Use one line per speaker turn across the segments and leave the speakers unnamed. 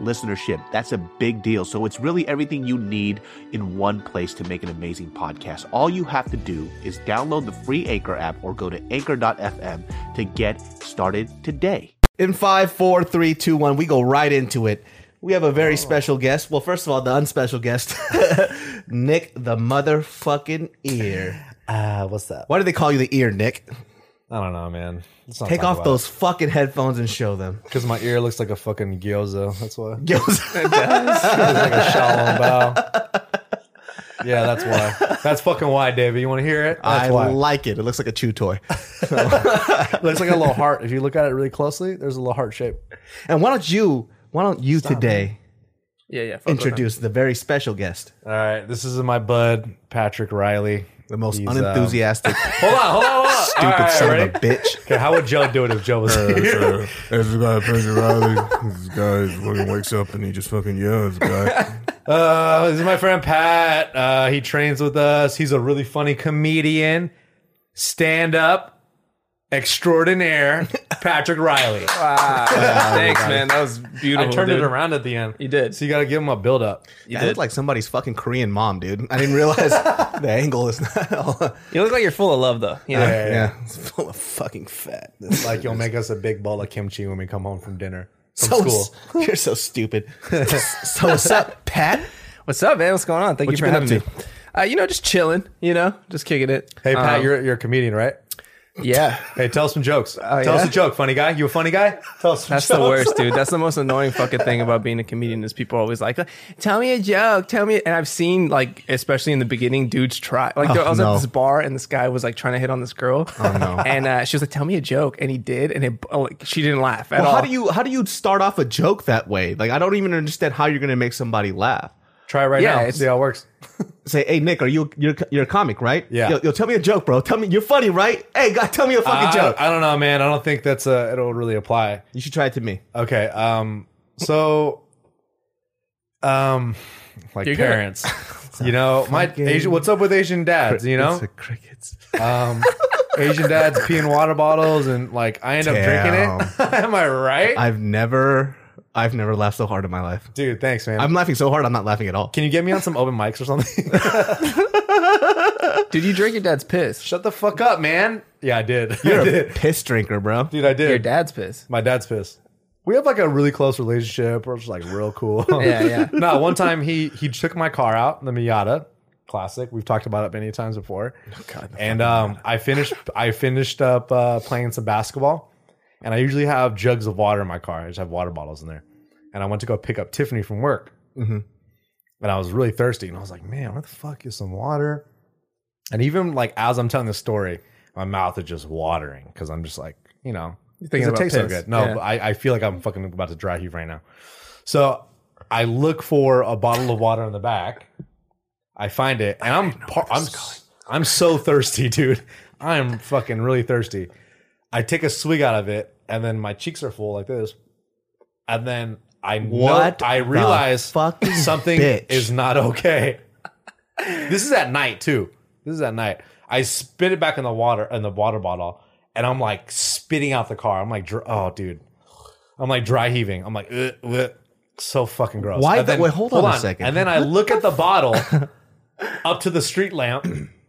listenership. That's a big deal. So it's really everything you need in one place to make an amazing podcast. All you have to do is download the free Anchor app or go to anchor.fm to get started today.
In five, four, three, two, one, we go right into it. We have a
Oh.
very special guest. Well, first of all, the unspecial guest, Nick the motherfucking ear.
Uh, what's that?
Why do they call you the ear, Nick?
I don't know, man. Let's not
Take
talk
off
about
those fucking headphones and show them.
because my ear looks like a fucking gyoza. That's why.
Yo,
It's like a shallow bow. Yeah, that's why. That's fucking why, David. You want to hear it? That's
I
why.
like it. It looks like a chew toy.
it looks like a little heart. If you look at it really closely, there's a little heart shape.
And why don't you? Why don't you today
Yeah, yeah. fuck with him.
introduce the very special guest,
All right, this is my bud Patrick Riley.
the most
He's, um,
unenthusiastic,
Hold on, hold on, hold on. All
stupid
right,
son
ready?
of a bitch?
Okay, how would Joe do it if Joe was here?
That's the guy, Patrick Riley. This guy fucking wakes up and he just fucking yells. Guy,
Uh, this is my friend Pat. Uh, he trains with us. He's a really funny comedian, stand up extraordinaire, Patrick Riley.
Thanks, man. That was
Oh, I
beautiful.
turned
dude.
it around at the end.
You did.
So you got to give him a build up.
You
I look
did.
like somebody's fucking Korean mom, dude. I didn't realize the angle is not. All,
you look like you're full of love, though. You know?
Yeah.
yeah, it's full of fucking fat.
Like you'll make us a big bowl of kimchi when we come home from dinner from
so,
school.
You're so stupid. so what's up, Pat?
What's up, man? What's going on? Thank
What
you for
you been
having me.
up
Uh, you know, just chilling. You know, just kicking it.
Hey Pat,
Um,
you're you're a comedian, right?
yeah.
Hey, tell us some jokes. tell us
yeah?
a joke, funny guy. You a funny guy? Tell us. Some
That's
jokes.
the worst, dude. That's the most annoying fucking thing about being a comedian is people are always like, "Tell me a joke, tell me." And I've seen like, especially in the beginning, dudes try. Like, I was
no.
at this bar and this guy was like trying to hit on this girl, and uh, she was like, "Tell me a joke," and he did, and it, oh, like, she didn't laugh at
Well,
all.
how do you how do you start off a joke that way? Like I don't even understand how you're going to make somebody laugh.
Try it right
Yeah,
now.
it's-
See how it works.
Say, hey Nick, are you you're you're a comic, right?
Yeah.
Yo, yo, tell me a joke, bro. Tell me you're funny, right? Hey, God, tell me a fucking
I,
joke.
I don't know, man. I don't think that's uh it'll really apply.
you should try it to me.
Okay. Um. So, um, like
You're gonna-
parents, you know, my Asian. What's up with Asian dads? You know,
It's a crickets.
um, Asian dads peeing water bottles, and like I end up drinking it. Am I right,
I've never I've never laughed so hard in my life.
dude? Thanks, man.
I'm laughing so hard, I'm not laughing at all.
Can you get me on some open mics or something?
Dude, you drink your dad's piss.
Shut the fuck up, man. Yeah, I did. I
You're a
did.
piss drinker, bro.
dude. I did.
Your dad's piss.
My dad's pissed. We have like a really close relationship. We're just like real cool.
Yeah, yeah.
no, one time he he took my car out, the Miata, classic. We've talked about it many times before. and um, I finished I finished up uh, playing some basketball, and I usually have jugs of water in my car. I just have water bottles in there, and I went to go pick up Tiffany from work,
Mm-hmm.
and I was really thirsty, and I was like, man, where the fuck is some water? And even like as I'm telling the story, my mouth is just watering because I'm just like, you know,
thinking
because it
about
tastes so
piss.
good. No,
Yeah.
but I, I feel like I'm fucking about to dry heave right now. So I look for a bottle of water in the back. I find it, and I'm par- I'm s- I'm so thirsty, dude. I am fucking really thirsty. I take a swig out of it, and then my cheeks are full like this, and then I know-
What
I
the
realize
fucking
something
bitch?
is not okay. This is at night too. This is at night. I spit it back in the water in the water bottle, and I'm like spitting out the car. I'm like, dr- oh, dude. I'm like dry heaving. I'm like, ugh, ugh. so fucking gross.
Why
And
the- wait, hold on a second.
And then I look at the bottle up to the street lamp,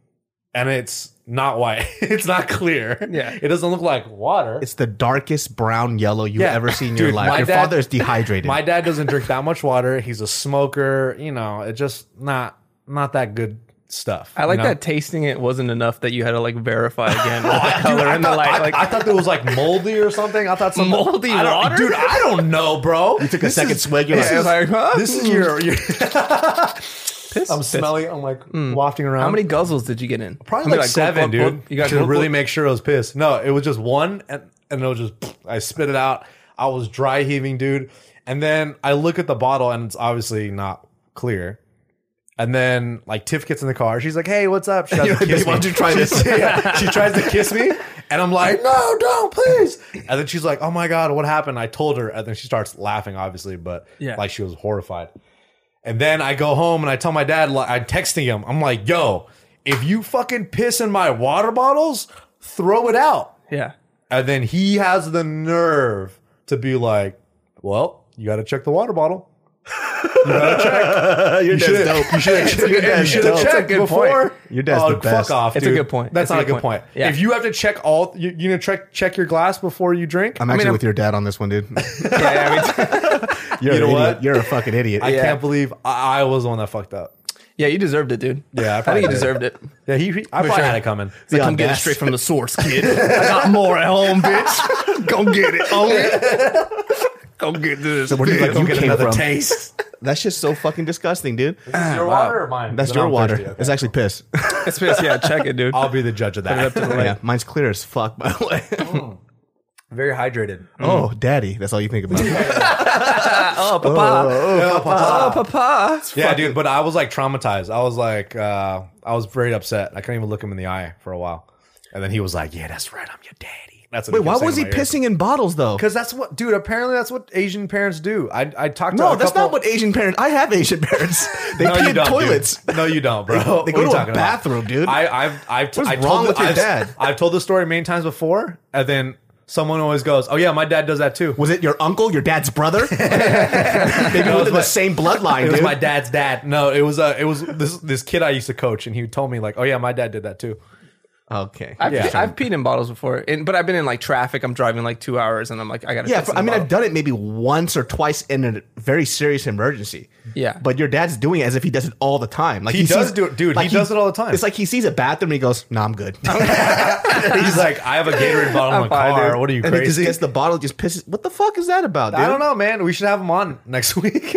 and it's not white. it's not clear.
Yeah.
it doesn't look like water.
It's the darkest brown yellow you've
Yeah.
ever seen in your
Dude,
life.
my
Your
dad-
father is dehydrated.
My dad doesn't drink that much water. He's a smoker. You know, it just not not that good stuff.
I like
you know?
that tasting it wasn't enough that you had to like verify again with the color and the
thought-
light.
I,
Like,
I thought there was like moldy or something. I thought some
Moldy
I don't-
water?
dude. I don't know, bro. You
took a second swig. You're
Yeah, I was
like,
like, huh?
This is your, your
piss?
I'm
Piss. Hmm.
smelly. I'm like wafting around.
How many guzzles did you get in?
Probably like,
How many, glug,
seven,
glug, glug?
dude.
You
You
got
got
glug,
to really
glug?
make sure it was pissed. No, it was just one, and and it was just I spit it out. I was dry heaving, dude. And then I look at the bottle, and it's obviously not clear. And then like Tiff gets in the car. She's like, "Hey, what's up?" She tries to kiss me.
Why don't you try this?
Yeah, she tries to kiss me, and I'm like, "No, don't, please." And then she's like, "Oh my god, what happened?" I told her, and then she starts laughing, obviously, but
Yeah.
like she was horrified. And then I go home and I tell my dad, like, I'm texting him. I'm like, "Yo, if you fucking piss in my water bottles, throw it out."
Yeah.
And then he has the nerve to be like, "Well, you got to check the water bottle."
Your
You should have. You should have. You should have
dope.
checked
good
before. Oh,
point.
Your dad's the best.
Fuck off.
It's a
dude.
good point.
That's
It's
not a good point.
Yeah.
If you have to check all, you, you know, check check your glass before you drink.
I'm
I
actually
mean,
with your dad on this one, dude.
yeah, I mean,
You're
You know
an idiot.
what?
You're a fucking idiot.
I can't believe I, I was the one that fucked up.
yeah, you deserved it, dude.
Yeah, I
I,
probably
think you
did.
deserved it.
Yeah, he. he I probably
sure.
had it coming.
It's like,
The
come get it
audacity.
straight from the source, kid. I got more at home, bitch. Go get it. Own it. Go get this.
So where do you,
Like,
like,
don't
you
get
came
another
from?
taste.
That's just so fucking disgusting, dude.
your water or mine?
That's your water. It's actually piss.
It's piss. Yeah, check it, dude.
I'll be the judge of that.
yeah, mine's clear as fuck, by the way.
Very hydrated.
oh, daddy. That's all you think about.
Oh, papa. Oh, papa.
Yeah, dude. But I was like traumatized. I was like, uh, I was very upset. I couldn't even look him in the eye for a while. And then he was like, "Yeah, that's right. I'm your daddy." That's what
Wait,
kept
why
saying
was
in
he
my ear.
pissing in bottles though?
Because that's what, dude. Apparently, that's what Asian parents do. I I talked. to
No,
a
that's
couple-
not what Asian parents. I have Asian parents. They
No,
pee
you
in
don't, dude.
toilets.
No, you don't, bro.
They go
What are
to
you
a
talking about?
bathroom, dude.
I, I've, I've,
What's
I told
wrong
the-
with your
I've-
dad?
I've told the story many times before, and then someone always goes, "Oh yeah, my dad does that too."
Was it your uncle, your dad's brother? They've been
was
within
my-
the same bloodline,
It was
dude.
my dad's dad. No, it was uh, it was this this kid I used to coach, and he told me like, "Oh yeah, my dad did that too."
okay.
I've,
Yeah.
pe- I've peed in bottles before, and, but I've been in like traffic. I'm driving like two hours, and I'm like, I gotta.
yeah,
piss in
for, I
the
mean, I've
bottle.
done it maybe once or twice in a very serious emergency.
Yeah.
but your dad's doing it as if he does it all the time. Like
He does do it- dude, he does it all the time.
It's like he sees a bathroom, and he goes, "No, nah, I'm good."
He's like, "I have a Gatorade bottle in my
I'm fine,
car.
dude.
What are you
and he just
crazy?"
gets the bottle, just pisses. What the fuck is that about, dude?
I don't know, man. We should have him on next week.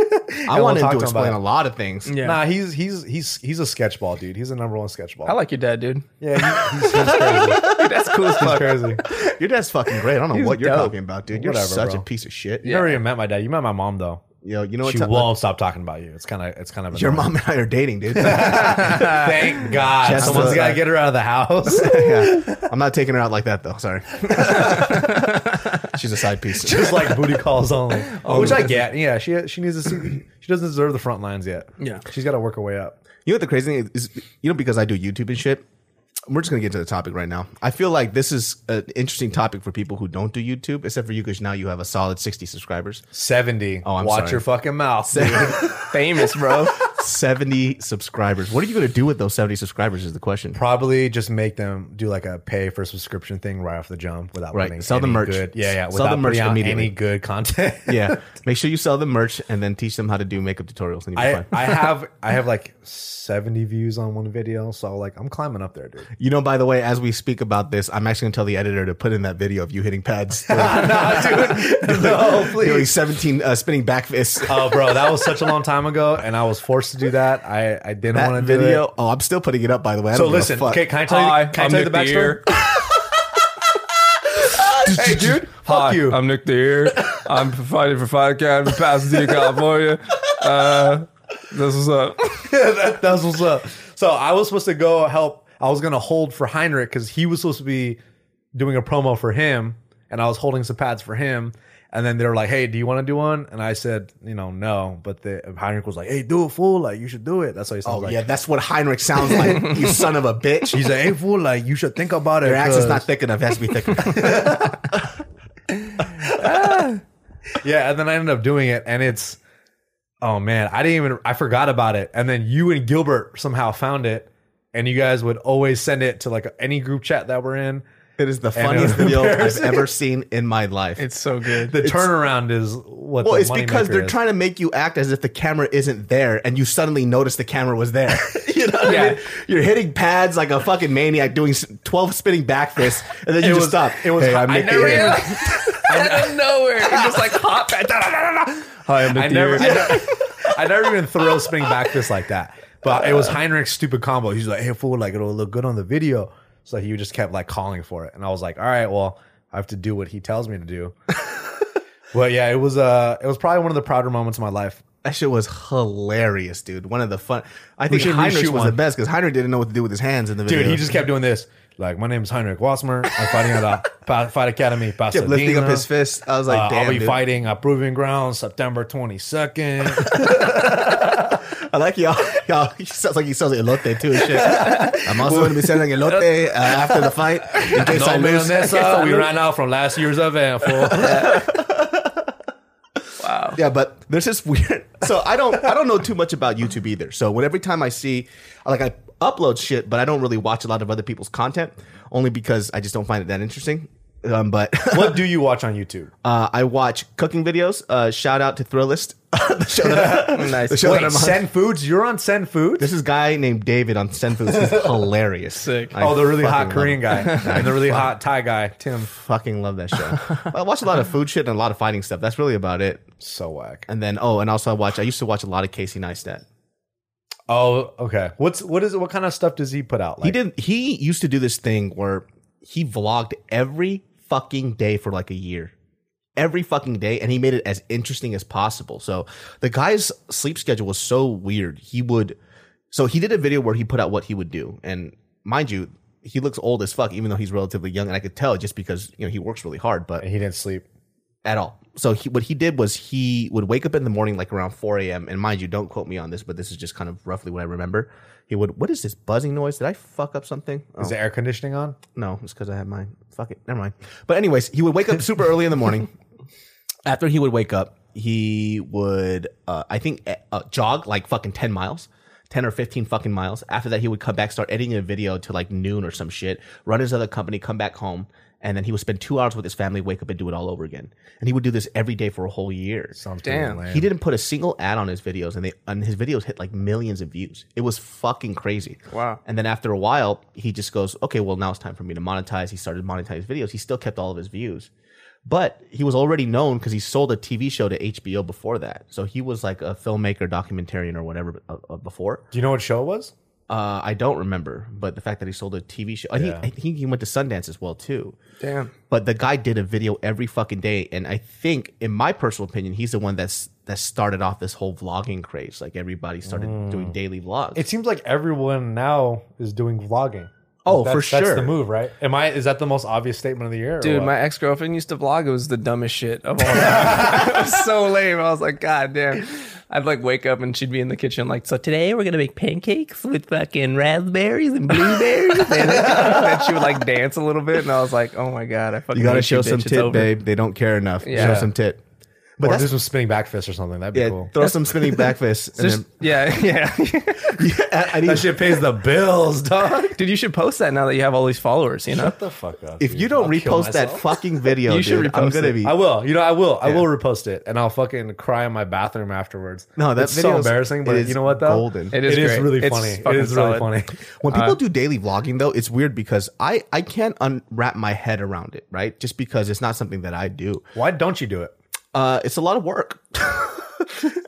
I want him to explain a lot of things.
Yeah.
Nah, he's he's he's he's a sketchball dude. He's a number one sketchball.
I like your dad, dude.
Yeah, he, he's, he's crazy.
That's cool as
He's
fuck.
crazy.
Your dad's fucking great. I don't know what you're
dope.
talking about, dude. You're
Whatever,
such
bro.
a piece of shit.
You never even met my dad. You met my mom though.
Yo, you know what?
She
time-
won't stop talking about you. It's kind of it's kind of
Your
annoying.
mom and I are dating, dude.
Thank God,
Just
someone's
the-
got to get her out of the house.
Yeah. I'm not taking her out like that though. Sorry. She's a side piece.
Just like booty calls only, which I get. Yeah, she she needs to see. She doesn't deserve the front lines yet.
Yeah.
she's got to work her way up.
You know what the crazy thing is? is- You know, because I do YouTube and shit, we're just going to get to the topic right now. I feel like this is an interesting topic for people who don't do YouTube, except for you because now you have a solid 60 subscribers.
Seventy.
Oh, I'm
Watch
sorry.
your fucking mouth. dude.
Famous, bro.
70 subscribers. What are you going to do with those 70 subscribers is the question.
Probably just make them do like a pay for subscription thing right off the jump without
Right.
putting
Sell the
any
merch.
Good, yeah, yeah.
Sell
Without
the merch
putting out
immediately.
Any good content.
yeah. Make sure you sell the merch and then teach them how to do makeup tutorials and you'll be
I,
fine.
I have I have like seventy views on one video, so like I'm climbing up there, dude.
You know, by the way, as we speak about this, I'm actually going to tell the editor to put in that video of you hitting pads.
No,
Doing 17 uh, spinning back fists.
Oh, bro, that was such a long time ago, and I was forced to do that. I, I didn't
that
want to do
video.
it.
Oh, I'm still putting it up, by the way. I
So
don't give a
listen,
fuck.
okay, can I tell
Hi,
you? Can I
I'm
tell you the
Nick
backstory? hey, dude,
Hi,
fuck you.
I'm Nick Deere. I'm fighting for Fight Academy, Pasadena, California. Uh, this is up.
that, that's what's up. So I was supposed to go help. I was gonna hold for Heinrich because he was supposed to be doing a promo for him, and I was holding some pads for him. And then they were like, "Hey, do you want to do one?" And I said, "You know, no." But the, Heinrich was like, "Hey, do it, fool! Like you should do it." That's what he sounds
Oh
like.
yeah, that's what Heinrich sounds like. you son of a bitch.
He's like, "Hey, fool! Like you should think about it."
Your accent's
'cause-
not thick enough. It has to be thicker.
Yeah, and then I ended up doing it, and it's oh man, I didn't even I forgot about it, and then you and Gilbert somehow found it, and you guys would always send it to like any group chat that we're in.
it is the
it
funniest
was
video I've
embarrassing.
ever seen in my life.
It's so good.
The turnaround is what.
well,
the
it's because
moneymaker
they're
is.
trying to make you act as if the camera isn't there, and you suddenly notice the camera was there. you know what I
Yeah.
mean? You're hitting pads like a fucking maniac, doing s- twelve spinning back fists, and then you just
was-
stop.
it was-
Hey, I'm
I
Nick
never
Gator.
realized-
out of nowhere, it's just like hot. Da, da, da, da, da. Hi, I'm Nick
I
Deere.
never, I never, I never even throw spinning back this like that. But it
Uh.
was Heinrich's stupid combo. He's like, hey, fool, like it'll look good on the video. So he just kept like calling for it. And I was like, all right, well, I have to do what he tells me to do. but yeah, it was uh it was probably one of the prouder moments of my life.
That shit was hilarious, dude. One of the fun. I think
should
Heinrich
reshoot
was
one.
the best because Heinrich didn't know what to do with his hands in the video.
Dude, he just kept doing this. Like, my name is Heinrich Wasmer. I'm fighting at a pa- Fight Academy.
kept lifting up
Pasadena.
his fist. I was like,
Uh,
damn,
I'll be
dude.
fighting at Proving Ground September 22nd.
I like y'all. Y'all, he sounds like he sells elote too and shit. I'm also going to be selling elote uh, after the fight in case I
no
lose.
Mayonesa. We ran out from last year's event. Fool.
Yeah, but there's this weird. So I don't I don't know too much about YouTube either. So when every time I see, like I upload shit, but I don't really watch a lot of other people's content, only because I just don't find it that interesting. Um, but
what do you watch on YouTube?
uh, I watch cooking videos. Uh, shout out to Thrillist, the show that I,
Nice.
the show that
Wait,
I'm on.
Send Foods? You're on Send Foods?
This is a guy named David on Senfu. This is hilarious.
Sick.
I
oh, the really hot
fucking love
Korean
it.
guy and the really hot Thai guy, Tim.
Fucking love that show. I watch a lot of food shit and a lot of fighting stuff. That's really about it.
So whack.
And then oh, and also I watch. I used to watch a lot of Casey Neistat.
Oh, okay. What's what is what kind of stuff does he put out? Like
He did. He used to do this thing where he vlogged every fucking day for like a year, every fucking day, and he made it as interesting as possible. So the guy's sleep schedule was so weird. He would. So he did a video where he put out what he would do, and mind you, he looks old as fuck, even though he's relatively young, and I could tell just because you know he works really hard, but
and he didn't sleep.
at all. So he, what he did was he would wake up in the morning like around 4 a.m. And mind you, don't quote me on this, but this is just kind of roughly what I remember. He would, what is this buzzing noise? Did I fuck up something? Oh,
Is the air conditioning on?
no, it's because I had mine. Fuck it, never mind. But anyways, he would wake up super early in the morning. After he would wake up, he would, uh, I think, uh, jog like fucking 10 miles. 10 or 15 fucking miles. After that, he would come back, start editing a video till like noon or some shit, run his other company, come back home, and then he would spend two hours with his family, wake up and do it all over again. And he would do this every day for a whole year.
Sounds
Damn.
pretty lame.
He didn't put a single ad on his videos, and they and his videos hit like millions of views. It was fucking crazy.
Wow.
And then after a while, he just goes, "Okay, well now it's time for me to monetize." He started monetizing his videos. He still kept all of his views, but he was already known because he sold a TV show to HBO before that. So he was like a filmmaker, documentarian, or whatever uh, uh, before.
Do you know what show it was?
Uh, I don't remember, but the fact that he sold a TV show, I think-
Yeah.
I think he went to Sundance as well too.
Damn.
But the guy did a video every fucking day, and I think, in my personal opinion, he's the one that's that started off this whole vlogging craze. Like everybody started doing daily vlogs.
It seems like everyone now is doing vlogging.
Oh,
That's-
for
That's the
sure.
move, right? Am I? Is that the most obvious statement of the year, or
Dude,
what?
my ex girlfriend used to vlog. It was the dumbest shit of all time. it was so lame. I was like, God damn. I'd like wake up and she'd be in the kitchen, like, so today we're gonna make pancakes with fucking raspberries and blueberries. and then she would like dance a little bit, and I was like, Oh my god, I fucking
you gotta
hate
show
bitch.
some
It's
tit,
over.
babe. They don't care enough.
Yeah.
Show some tit. But
or
that's
do some spinning back fists or something. That'd be
yeah,
cool.
throw some spinning back fists. And
Just,
then,
yeah, yeah.
I, I need-
That shit pays the bills, dog.
Dude, you should post that now that you have all these followers. You know,
Shut the fuck up.
if
dude.
you don't
I'll kill
repost that
myself.
fucking video,
You should
dude, I'm
repost
gonna
it.
be.
I will. You know, I will. I
Yeah.
will repost it, and I'll fucking cry in my bathroom afterwards.
no, that's
that's so embarrassing. But you know what, though,
Golden.
It is
it is
great.
really
It's
funny. It
fucking
is really
solid.
funny.
When people do daily vlogging though, it's weird because I I can't unwrap my head around it, right? Just because it's not something that I do.
Why don't you do it?
Uh, it's a lot of work.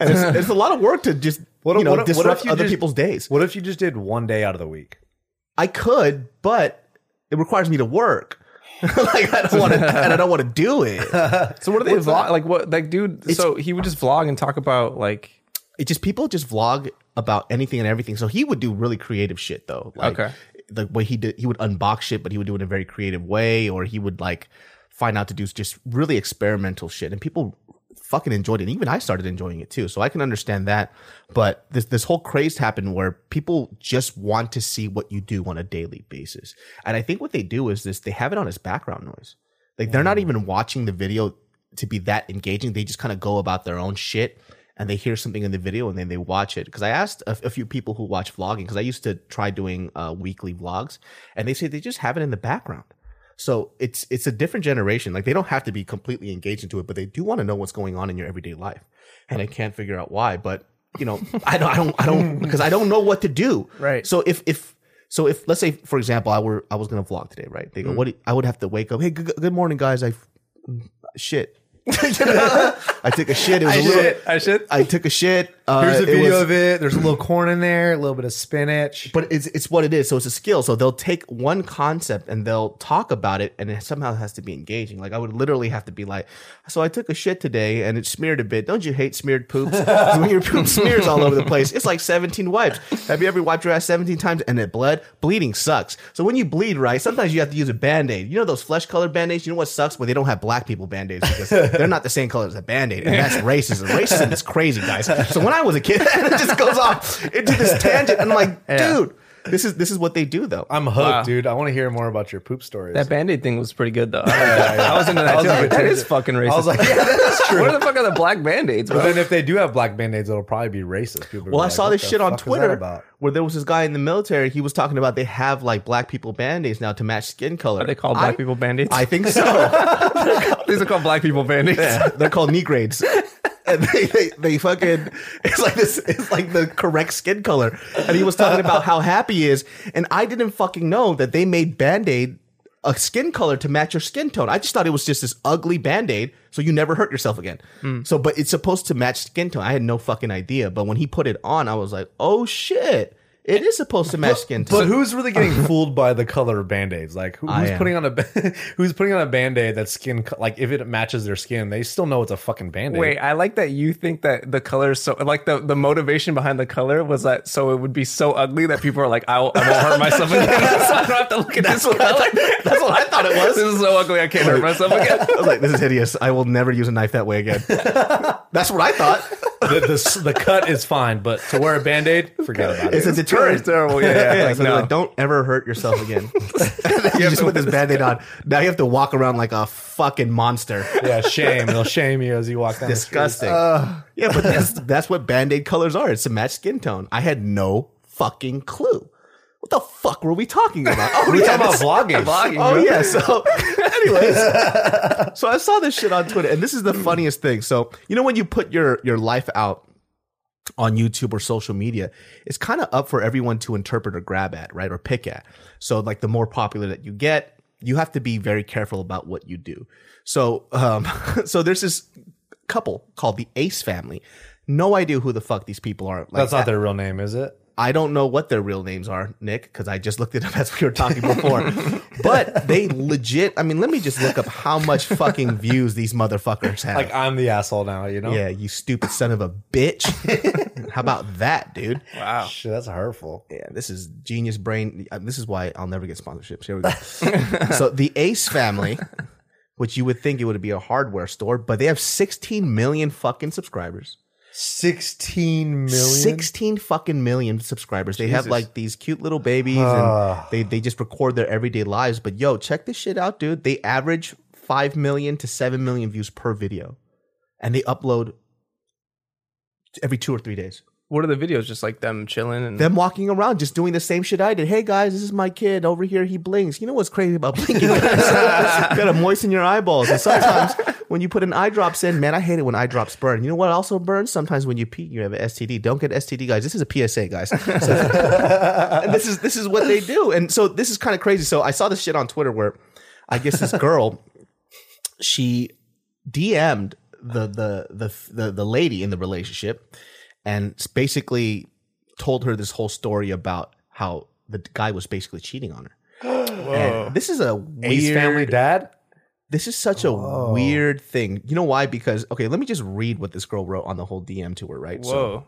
and it's, it's a lot of work to just
What
you
if-
know
what if- what
disrupt
if you
other
just-
people's days.
What if you just did one day out of the week?
I could, but it requires me to work. like I don't want to, and I don't want to do it.
so what are they vlog? Like what? Like dude, so he would just vlog and talk about like
It just people just vlog about anything and everything. So he would do really creative shit though. Like,
Okay.
the way he did, he would unbox shit, but he would do it in a very creative way, or he would like find out to do just really experimental shit, and people fucking enjoyed it. And even I started enjoying it too, so I can understand that. But this this whole craze happened where people just want to see what you do on a daily basis, and I think what they do is this: they have it on as background noise. Like they're not even watching the video to be that engaging. They just kind of go about their own shit and they hear something in the video and then they watch it. Because I asked a, a few people who watch vlogging, because I used to try doing uh, weekly vlogs, and they say they just have it in the background. So it's it's a different generation. Like they don't have to be completely engaged into it, but they do want to know what's going on in your everyday life. And I can't figure out why, but you know, I don't, I don't, I don't, because I don't know what to do.
Right.
So if if so if let's say for example I were I was gonna vlog today, right? They go, what? do- I would have to wake up. Hey, good, good morning, guys. I shit. I took a shit. It was a little.
I should.
I took a shit. Uh,
Here's a
it
video
was-
of it. There's a little corn in there, a little bit of spinach.
but it's it's what it is. So it's a skill. So they'll take one concept and they'll talk about it, and it somehow has to be engaging. Like I would literally have to be like, "So I took a shit today, and it smeared a bit. Don't you hate smeared poops? 'Cause when your poop smears all over the place, it's like seventeen wipes. Have you ever wiped your ass seventeen times and it bled? Bleeding sucks. So when you bleed, right, sometimes you have to use a band aid. You know those flesh colored band aids. You know what sucks when they don't have black people band aids because they're not the same color as a band aid, and that's racism. Racism is crazy, guys. So when I was a kid, it just goes off into this tangent. and I'm like, dude, this is this is what they do though. Um,
I'm hooked, dude. I want to hear more about your poop stories.
That band aid thing was pretty good though. I, like that. I was into that.
was
too. I was
like-
like, that is fucking racist.
I was like, yeah, that's true.
where the fuck are the black band aids,
But
bro?
then if they do have black band-aids, it'll probably be racist. People are
Well, I
like,
saw
what
this
the
shit on
fuck is that
Twitter
about?
where there was this guy in the military. He was talking about they have like black people band aids now to match skin color.
Are they called black
I-
people band aids?
I think so.
These are called black people band aids.
They're called Negrades. And they, they, they fucking it's like this it's like the correct skin color. And he was talking about how happy he is. And I didn't fucking know that they made band-aid a skin color to match your skin tone. I just thought it was just this ugly band-aid so you never hurt yourself again.
Hmm.
So but it's supposed to match skin tone. I had no fucking idea. But when he put it on, I was like, oh shit. It is supposed to match skin
But
tone.
who's really getting fooled by the color of band-aids? Like who,
I
who's
am.
putting on a who's putting on a band-aid that's skin co- like if it matches their skin, they still know it's a fucking band-aid.
Wait, I like that you think that the color is so like the, the motivation behind the color was that so it would be so ugly that people are like, I'll, I won't hurt myself again, so I don't have to look at this color.
That's what I thought it was.
this is so ugly, I can't hurt myself again.
I was like, this is hideous. I will never use a knife that way again. That's what I thought.
the, the, s- the cut is fine, but to wear a band-aid, forget about
It's
it.
a deterrent.
It's terrible. Yeah, yeah. Like,
so they're
no.
like, don't ever hurt yourself again. you just put this band-aid on. Now you have to walk around like a fucking monster.
Yeah, shame. It'll shame you as you walk down. the street.
Disgusting. yeah, but that's that's what band-aid colors are. It's to match skin tone. I had no fucking clue. What the fuck were we talking
Uh,
about? Oh,
We're
yeah,
talking about
this-
vlogging.
Vlogging,
Oh
bro.
yeah. So, anyways, so I saw this shit on Twitter, and this is the funniest thing. So you know when you put your your life out on YouTube or social media, it's kind of up for everyone to interpret or grab at, right, or pick at. So like the more popular that you get, you have to be very careful about what you do. So um, so there's this couple called the Ace Family. No idea who the fuck these people are. Like,
That's not their real name, is it?
I don't know what their real names are, Nick, because I just looked it up as we were talking before. but they legit, I mean, let me just look up how much fucking views these motherfuckers have.
Like I'm the asshole now, you know?
yeah, you stupid son of a bitch. how about that, dude?
wow.
Shit, that's hurtful.
Yeah, this is genius brain. uh, This is why I'll never get sponsorships. Here we go. so the Ace family, which you would think it would be a hardware store, but they have 16 million fucking subscribers.
16 million.
16 fucking million subscribers. They have like these cute little babies
Oh,
and they, they just record their everyday lives. But yo, check this shit out, dude. They average 5 million to 7 million views per video and they upload every two or three days.
What are the videos? Just like them chilling and
Them walking around just doing the same shit I did. Hey guys, this is my kid over here. He blinks. You know what's crazy about blinking? Gotta moisten your eyeballs. And sometimes when you put an eye drops in, man, I hate it when eye drops burn. You know what also burns? Sometimes when you pee, you have an STD. Don't get STD, guys. This is a PSA, guys. So- and this is this is what they do. And so this is kind of crazy. So I saw this shit on Twitter where I guess this girl, she DM'd the the the the, the lady in the relationship and basically told her this whole story about how the guy was basically cheating on her. And this is a weird
Ace family dad?
this is such a weird thing. You know why? Because okay, let me just read what this girl wrote on the whole DM to her, right? So,
whoa.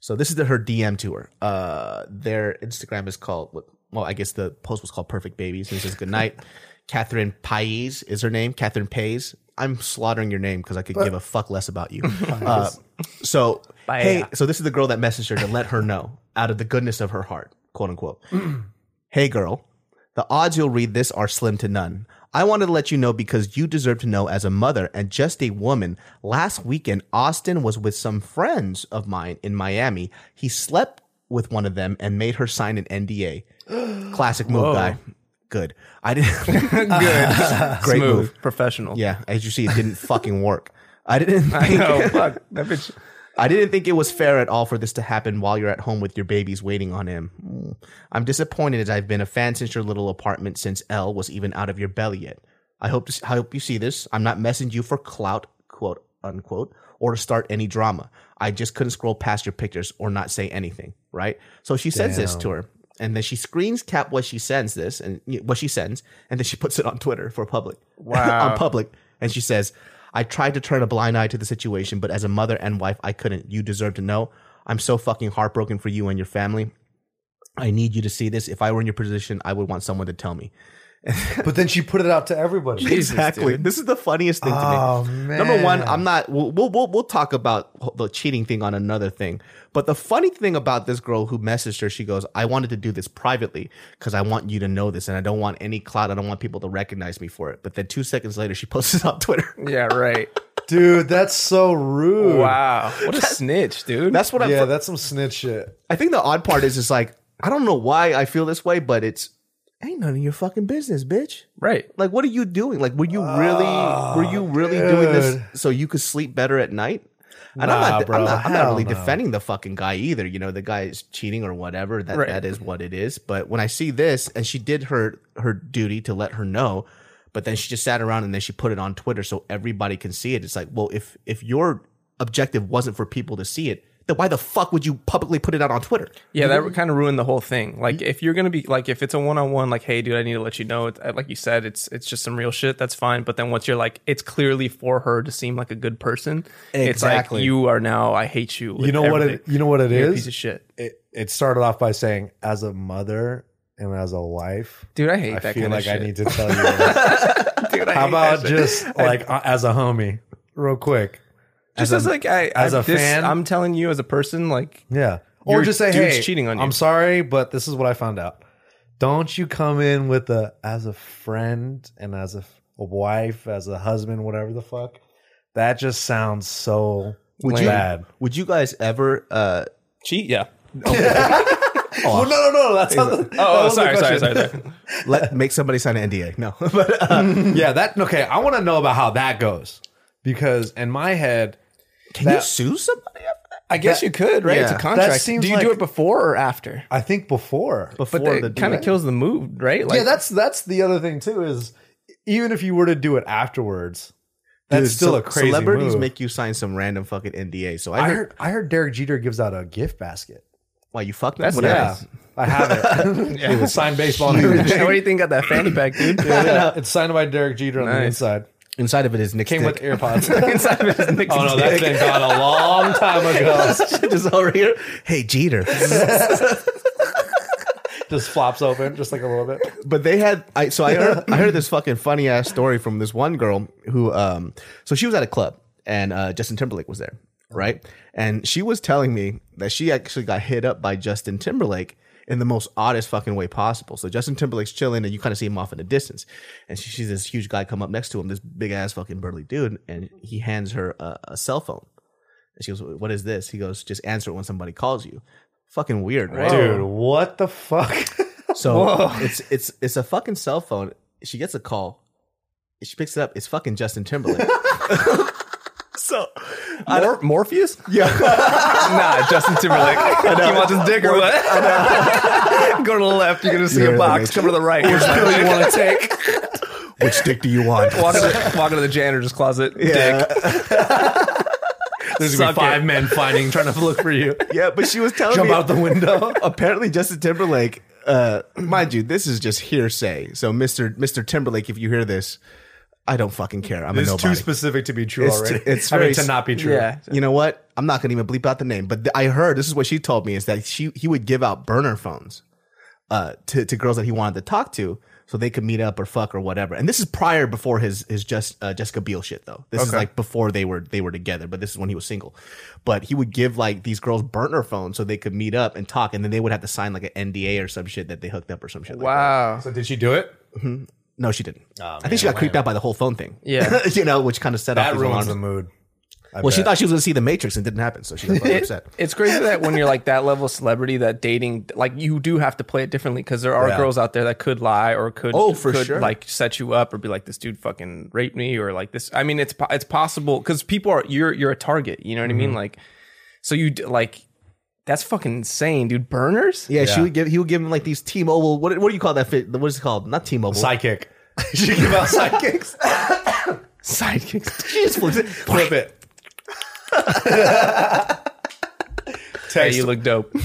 so this is the, her DM to her. Uh, their Instagram is called well, I guess the post was called Perfect Babies. And it says good night. Catherine Pays is her name. Catherine Pays. I'm slaughtering your name because I could give a fuck less about you. Uh, so
Bye.
hey, so this is the girl that messaged her to let her know out of the goodness of her heart, quote unquote. Hey, girl, the odds you'll read this are slim to none. I wanted to let you know because you deserve to know as a mother and just a woman. Last weekend, Austin was with some friends of mine in Miami. He slept with one of them and made her sign an NDA. Classic move, guy. Good. I didn't.
Good.
Great
Smooth.
move.
Professional.
yeah, as you see, it didn't fucking work. I didn't. Think,
I know. fuck. That bitch.
I didn't think it was fair at all for this to happen while you're at home with your babies waiting on him. Mm. I'm disappointed as I've been a fan since your little apartment since L was even out of your belly yet. I hope to, I hope you see this. I'm not messing you for clout, quote unquote, or to start any drama. I just couldn't scroll past your pictures or not say anything, right? So she sends this to her, and then she screens cap what she sends this and what she sends, and then she puts it on Twitter for public.
Wow.
on public, and she says, "I tried to turn a blind eye to the situation, but as a mother and wife, I couldn't. You deserve to know. I'm so fucking heartbroken for you and your family. I need you to see this. If I were in your position, I would want someone to tell me."
But then she put it out to everybody.
exactly. This is the funniest thing to me.
Oh man.
Number one, I'm not. We'll, we'll we'll we'll talk about the cheating thing on another thing. But the funny thing about this girl who messaged her, she goes, "I wanted to do this privately because I want you to know this, and I don't want any clout. I don't want people to recognize me for it." But then two seconds later, she posts it on Twitter.
Yeah, right.
dude, that's so rude.
Wow. What a snitch, dude.
That's what
Yeah,
I'm.
that's some snitch shit.
I think the odd part is, it's like I don't know why I feel this way, but it's ain't none of your fucking business, bitch. Ah,
right.
Like, what are you doing? Like, were you really, were you really doing this so you could sleep better at night? And I'm
Nah,
not,
bro.
I'm not, I'm not
Hell
really
no.
defending the fucking guy either. You know, the guy is cheating or whatever. That
Right.
that is what it is. But when I see this, and she did her her duty to let her know, but then she just sat around and then she put it on Twitter so everybody can see it. It's like, well, if if your objective wasn't for people to see it, then why the fuck would you publicly put it out on Twitter?
Yeah, that kind of ruined the whole thing. Like, if you're gonna be like, if it's a one on one, like, hey, dude, I need to let you know. It's, like you said, it's it's just some real shit. That's fine. But then once you're like, it's clearly for her to seem like a good person. It's like
Exactly.
you are now. I hate you. with
You know what it
everything.
you know what it
You're a
is?
piece of shit,
It it started off by saying as a mother and as a wife,
dude. I hate
I
that
feel
kind
like
of
I
shit.
need to tell you. this.
Dude, I
How
hate that
about
shit.
just like uh, as a homie, real quick?
just as like I
as
I,
a fan?
I'm telling you as a person, like
Yeah. Or
Your
just say,
dude's
hey,
cheating on you."
I'm sorry, but this is what I found out. Don't you come in with a as a friend and as a, f- a wife, as a husband, whatever the fuck. That just sounds so
Would you-
bad.
Would you guys ever uh,
cheat. Yeah.
Well, Oh, no, no, no. That's not the, that
Oh,
wasn't the
sorry, sorry, sorry,
question.
sorry.
let make somebody sign an NDA? No, but uh,
yeah, that okay. I want to know about how that goes because in my head,
can you
That-
sue somebody?
I guess you could, right? It's
Yeah.
a contract.
seems
do you do
like-
it before or after?
I think before
But
Before the
that kind of
duet.
kills the mood, right? Like,
yeah, that's that's the other thing too is even if you were to do it afterwards, that's
Dude,
still
ce-
a crazy
Celebrities
move.
make you sign some random fucking NDA. So I
I
heard,
heard I heard Derek Jeter gives out a gift basket.
why you fucked that.
Yeah.
Yeah, I have it. It's signed baseball. and
what
everything.
do you think of that fanny pack, dude?
Yeah, yeah. It's signed by Derek Jeter on the
Nice.
inside.
Inside of it is Nick's
Came with
dick.
AirPods.
Inside of his Nick's
oh no, that's been gone a long time ago.
just over here. Hey Jeter.
Just flops open, just like a little bit.
but they had I so I heard I heard this fucking funny ass story from this one girl who um so she was at a club and uh Justin Timberlake was there, right? And she was telling me that she actually got hit up by Justin Timberlake in the most oddest fucking way possible. So Justin Timberlake's chilling and you kind of see him off in the distance. And she sees this huge guy come up next to him, this big ass fucking burly dude, and he hands her a, a cell phone. And she goes, What is this? He goes, Just answer it when somebody calls you. Fucking weird, right?
Dude, what the fuck?
So it's it's it's a fucking cell phone. She gets a call. She picks it up. It's fucking Justin Timberlake. so I don't-
Mor- Morpheus?
yeah,
nah, Justin Timberlake. you want this dick or what? Go to the left, you're gonna see
Yeah,
a box.
that
Come to the right. Which pill you want to take?
which stick do you want?
Walk into, the, walk into the janitor's closet.
Yeah,
There's gonna
Suck
be five
it.
men finding, trying to look for you.
yeah. But she was telling
Jump
me
out the window.
apparently Justin Timberlake. Uh, mind you, this is just hearsay. So Mister Mister Timberlake, if you hear this, I don't fucking care. I'm a
It's
nobody.
too specific to be true
It's
already.
t- it's
I mean,
very
to
s-
not be true.
Yeah.
you know what? I'm not gonna even bleep out the name, but th- I heard this is what she told me is that she he would give out burner phones uh, to to girls that he wanted to talk to so they could meet up or fuck or whatever. And this is prior before his his just uh, Jessica Biel shit though. This is like before they were they were together, but this is when he was single. But he would give like these girls burner phones so they could meet up and talk, and then they would have to sign like an NDA or some shit that they hooked up or some shit. Like that.
Wow.
So did she do it?
No, she didn't.
Oh,
I think she got creeped out by the whole phone thing.
Yeah.
you know, which kind of set off
That
these
ruins
alarms.
the mood. I
Well, she
bet.
thought she was going to see the Matrix and it didn't happen, so she got fucking upset.
It's crazy that when you're like that level of celebrity, that dating, like you do have to play it differently because there are
Yeah.
girls out there that could lie or could,
Oh, for
could,
sure.
like set you up or be like, this dude fucking raped me or like this. I mean, it's po- it's possible because people are you're you're a target. You know what I
Mm-hmm.
mean? Like, so you d- like that's fucking insane, dude. Burners.
Yeah, she would give. He would give him like these T-Mobile. What, what do you call that? Fit? What is it called? Not T-Mobile.
sidekick. she gave out sidekicks.
sidekicks.
She just flips it.
Flip it.
Hey, you look dope.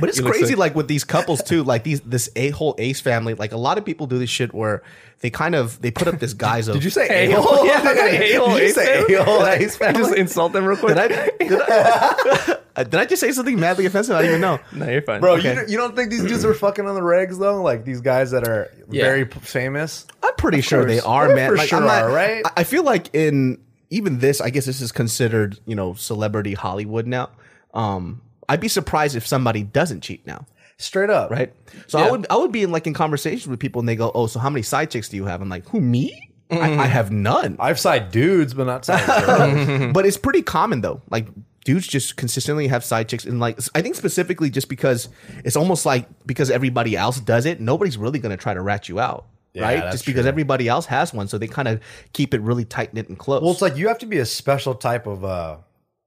But it's
look
crazy,
sick.
like with these couples too, like these this a hole ace family. Like a lot of people do this shit where they kind of they put up this guise of.
Did you say a-hole?
Yeah, I got an a-hole
Did you
ace
say
family?
a-hole ace family?
Just insult them real quick.
Did I, did, I, Uh, did I just say something madly offensive? I don't even know.
No, you're fine,
Bro, you
Okay.
don't- you, don't think these dudes are fucking on the regs though? Like these guys that are
Yeah.
very p- famous.
I'm pretty sure
course.
they are,
They
man.
for
Like,
sure
I'm not-
are, right?
I- I feel like in even this, I guess this is considered, you know, celebrity Hollywood now. Um, I'd be surprised if somebody doesn't cheat now,
Straight up,
right? So I would I would be in like in conversations with people and they go, Oh, so how many side chicks do you have? I'm like, Who me? I, I have none.
I've side dudes, but not side girls.
but it's pretty common though. Like dudes just consistently have side chicks and like I think specifically just because it's almost like because everybody else does it, nobody's really gonna try to rat you out. right?
that's
Just because everybody else has one, so they kind of keep it really tight knit and close.
well, it's like you have to be a special type of, uh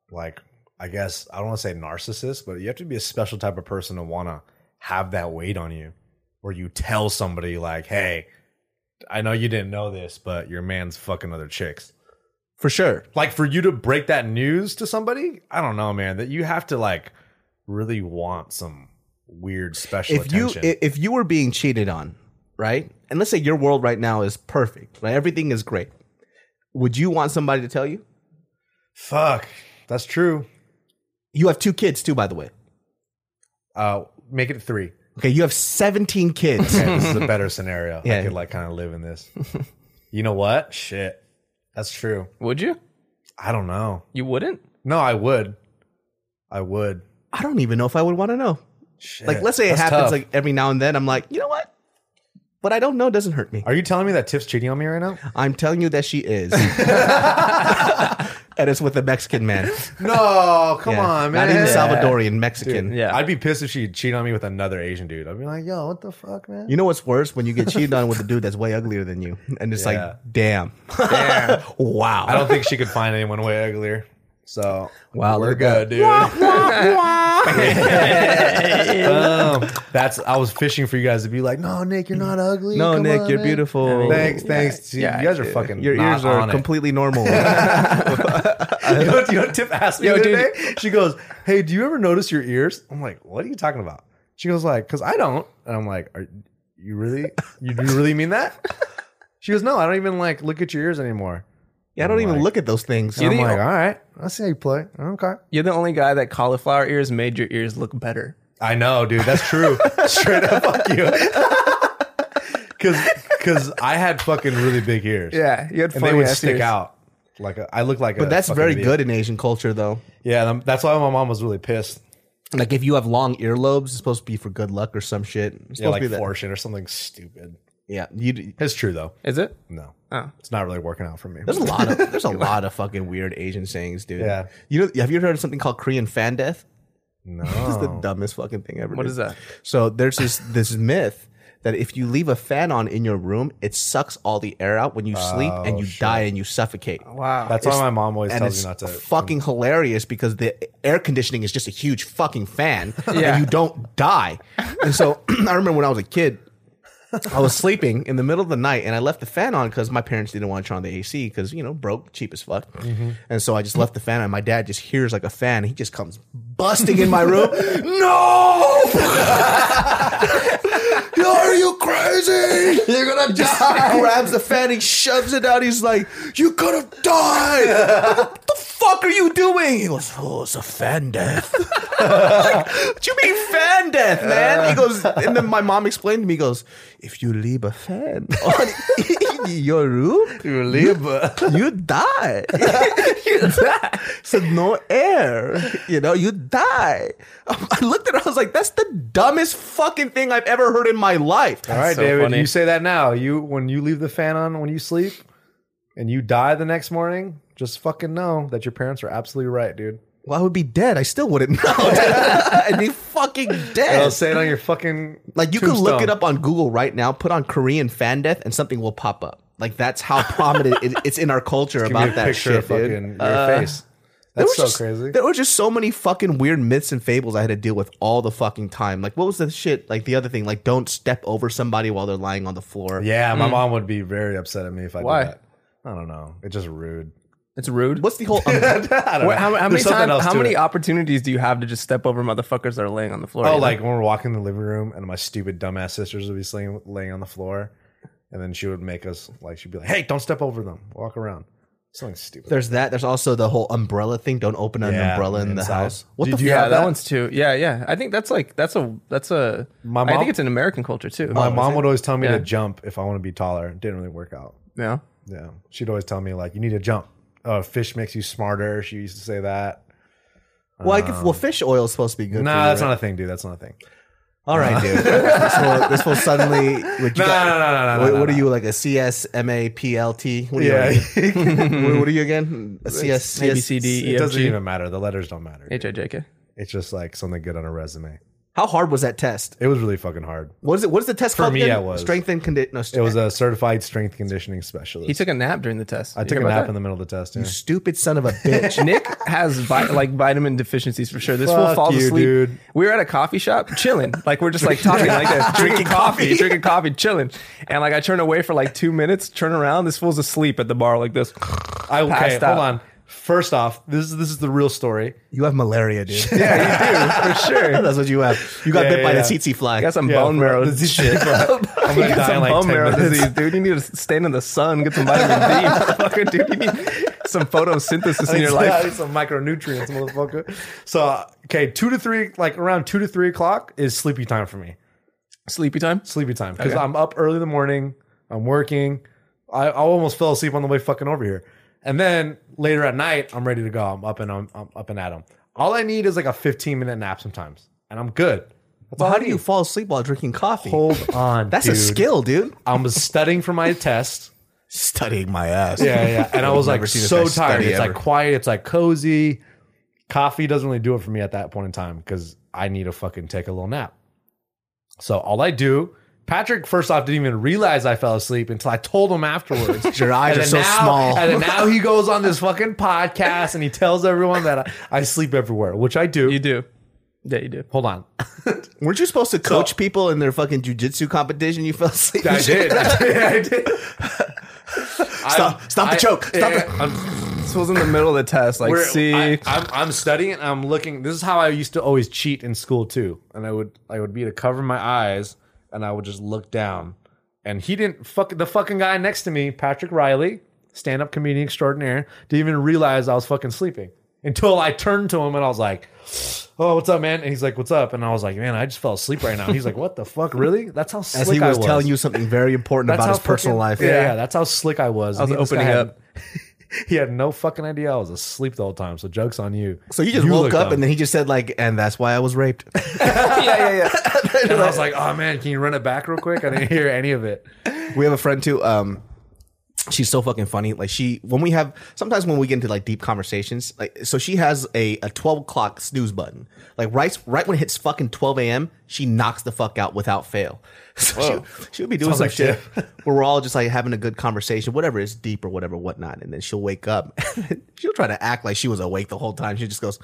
like I guess I don't want to say narcissist, but you have to be a special type of person to want to have that weight on you, where you tell somebody like, "Hey, I know you didn't know this, but your man's fucking other chicks."
for sure.
Like for you to break that news to somebody, I don't know, man. That you have to like really want some weird special
If you
attention.
i- if you were being cheated on, right? And let's say your world right now is perfect, right? Everything is great. Would you want somebody to tell you?
Fuck, that's true.
You have two kids too, by the way.
Uh, make it three.
Okay, you have seventeen kids.
Okay, this is a better scenario. I
Yeah.
could like kind of live in this. You know what? Shit, that's true.
Would you?
I don't know.
You wouldn't?
No, I would. I would.
I don't even know if I would want to know.
Shit.
Like, let's say it
That's
happens
tough.
like every now and then. I'm like, you know what? What I don't know doesn't hurt me.
Are you telling me that Tiff's cheating on me right now?
I'm telling you that she is, and it's with a Mexican man.
No, come
Yeah. not even Salvadorian Mexican.
Yeah.
I'd be pissed if she cheated on me with another Asian dude. I'd be like, yo, what the fuck, man?
You know what's worse when you get cheated on with a dude that's way uglier than you, and it's
Yeah.
like, damn, wow.
I don't think she could find anyone way uglier. So
Wow,
we're
look at
good, dude. Um, that's I was fishing for you guys to be like, no, Nick, you're not ugly.
no,
Come
Nick,
on,
you're
man."
beautiful.
Oh, Thanks, thanks.
Yeah,
you guys are
dude.
fucking.
Your ears are
complete.
completely normal.
you, know, what- you know what Tip asked me
Yo,
the other
dude.
day? She goes, "Hey, do you ever notice your ears?" I'm like, "What are you talking about?" She goes, "Like, cause I don't." And I'm like, are, "You really? You, you really mean that?" She goes, "No, I don't even like look at your ears anymore."
yeah, I don't even look at those things.
And I'm
think-
like, "All right, I see how you play. Okay."
You're the only guy that cauliflower ears made your ears look better.
I know, dude. That's true. Straight up, fuck you. Because because I had fucking really big ears.
Yeah, you had
and they would
funny-ass
stick
ears.
out. Like a, I look like.
but that's very good in Asian culture, though.
Yeah, and I'm- that's why my mom was really pissed.
Like if you have long earlobes, it's supposed to be for good luck or some shit. It's supposed
Yeah,
to
like
be that.
fortune or something stupid.
Yeah, you,
It's true though.
Is it?
No,
Oh.
it's not really working out for me.
there's a lot of there's a lot of fucking weird Asian sayings, dude.
Yeah.
you know, have you ever heard of something called Korean fan death? It's the
No,
dumbest fucking thing ever.
What
dude.
is that?
So there's this this myth that if you leave a fan on in your room, it sucks all the air out when you sleep
Oh,
and you die and you suffocate.
Wow.
that's why my mom always
And
tells
it's
me not to.
fucking hilarious because the air conditioning is just a huge fucking fan
Yeah.
and you don't die. And so I remember when I was a kid, I was sleeping in the middle of the night and I left the fan on because my parents didn't want to turn on the AC because, you know, broke, cheap as fuck. And so I just left the fan on. My dad just hears like a fan. He just comes busting in my room. no! Are you crazy? You're gonna die. grabs the fan, he shoves it out. He's like, You could have died. what the fuck are you doing? He goes, Oh, it's a fan death. What you mean fan death, man? He goes, and then my mom explained to me, he goes, if you leave a fan on in your room, you leave, you die. you die. So no air, you know, you die. I looked at her, I was like, that's the dumbest fucking thing I've ever heard in my life.
all right,
so
David,
funny.
you say that now. You when you leave the fan on when you sleep, and you die the next morning, just fucking know that your parents are absolutely right, dude.
Well, I would be dead. I still wouldn't know. I'd be fucking
They'll
dead.
say it on your fucking
Like you can look
tombstone.
it up on Google right now. Put on Korean fan death, and something will pop up. Like that's how prominent it, it's in our culture
Give me
about
a
that
picture
shit,
of fucking
dude.
your face.
There
That's so
was just-
crazy.
There were just so many fucking weird myths and fables I had to deal with all the fucking time. Like what was the shit? Like the other thing, like don't step over somebody while they're lying on the floor.
Yeah, my mom would be very upset at me if I
Why?
did that. I don't know. It's just rude.
It's rude.
What's the whole? Um,
What- how, how many
There's something
time,
else
How
to
many
it.
opportunities do you have to just step over motherfuckers that are laying on the floor?
Oh,
you know?
like when we're walking in the living room and my stupid dumbass sisters would be slaying, laying on the floor, and then she would make us like she'd be like, "Hey, don't step over them. Walk around." Something stupid.
there's that. There's also the whole umbrella thing. Don't open an
Yeah,
umbrella in the
inside.
house. What
Did
the? fuck?
you
yeah,
have
that
that?
one's too. Yeah, yeah. I think that's like that's a that's a.
My
I
mom-
think it's an American culture too.
my mom would always tell me
Yeah.
to jump if I want to be taller. It didn't really work out.
Yeah.
Yeah, she'd always tell me like, "You need to jump. Uh, fish makes you smarter." She used to say that.
Well, I could, well, fish oil is supposed to be good.
No,
for you,
Oh. that's
right?
not a thing, dude. That's not a thing.
All right, dude. this, will, this will suddenly. What you
No,
got-
no, no, no, no,
What,
no,
what are
no.
you like a CSMAPLT? What are you
Yeah,
like? what, what are you again? A CS,
A B
CS
C D E
it
F
doesn't
G
even matter. The letters don't matter.
H I J K.
It's just like something good on a resume.
How hard was that test?
It was really fucking hard.
What is it? What is the test
For
called
me,
again?
it was.
strength and condition. No,
It was a certified strength conditioning specialist.
He took a nap during the test.
I took a nap in the middle of the test. Yeah.
stupid son of a bitch.
Nick has vi- like vitamin deficiencies for sure. This will
Fuck
fall
you,
asleep.
dude.
We were at a coffee shop chilling, like we're just like talking like that, drinking coffee, drinking coffee, chilling. And like I turn away for like two minutes, turn around, this fool's asleep at the bar like this.
I, okay,
passed out.
hold on. First off, this is this is the real story.
you have malaria, dude.
Yeah, you do for sure.
That's what you have. You got
Yeah,
bit
yeah,
by
yeah.
the tsetse fly.
I got some
Yeah,
bone
for-
marrow
this is
shit.
I'm
You
gonna
got
die in
some
like
bone
ten
marrow
minutes.
disease, dude. You need to stand in the sun, get some vitamin D, motherfucker, dude. You need some photosynthesis in your
Yeah,
life.
it's some micronutrients, motherfucker. So okay, two to three, like around two to three o'clock is sleepy time for me.
Sleepy time.
Sleepy time because
Okay.
I'm up early in the morning. I'm working. I, I almost fell asleep on the way fucking over here, and then later at night I'm ready to go. I'm up and I'm, I'm up and at 'em. All I need is like a 15 minute nap sometimes, and I'm good. That's
well,
all
how
I
do
need.
you fall asleep while drinking coffee?
hold on?
That's a
dude.
skill, dude.
I'm studying for my test.
Studying my ass.
Yeah, yeah. And I was like
never seen this
so
guy study
tired. It's
ever.
like quiet. It's like cozy. Coffee doesn't really do it for me at that point in time because I need to fucking take a little nap. So all I do, Patrick, first off, didn't even realize I fell asleep until I told him afterwards.
Your eyes
And
are
then
so
now,
small.
And then now he goes on this fucking podcast and he tells everyone that I, I sleep everywhere, which I do.
You do. Yeah, you do.
Hold on.
Weren't you supposed to coach people in their fucking jujitsu competition? You fell asleep.
I did. I did. I did.
Stop- stop the choke. Stop
yeah, I'm
This was in the middle of the test. Like,
We're-
see,
I, I'm, I'm studying. and I'm looking. This is how I used to always cheat in school too. And I would I would be to cover my eyes and I would just look down. And he didn't fuck the fucking guy next to me, Patrick Riley, stand up comedian extraordinaire, didn't even realize I was fucking sleeping until I turned to him and I was like. Oh, what's up, man? And he's like, "What's up?" And I was like, "Man, I just fell asleep right now." And he's like, "What the fuck, really? That's how slick
As he
I
was,
was."
telling you something very important
That's
about
how
his personal life.
fucking- Yeah, yeah, that's how slick I was. I
was opening up.
he had no fucking idea I was asleep the whole time. So jokes on you.
So you just woke
look
up and then he just said like, and that's why I was raped.
yeah, yeah, yeah.
and I was like, "Oh man, can you run it back real quick?" I didn't hear any of it.
we have a friend too. Um, she's so fucking funny. Like she, when we have sometimes when we get into like deep conversations, like so she has a a twelve o'clock snooze button. Like right right when it hits fucking twelve a.m., she knocks the fuck out without fail. So she, she'll be doing some
like
shit where we're all just like having a good conversation, whatever is deep or whatever whatnot, and then she'll wake up. she'll try to act like she was awake the whole time. She just goes,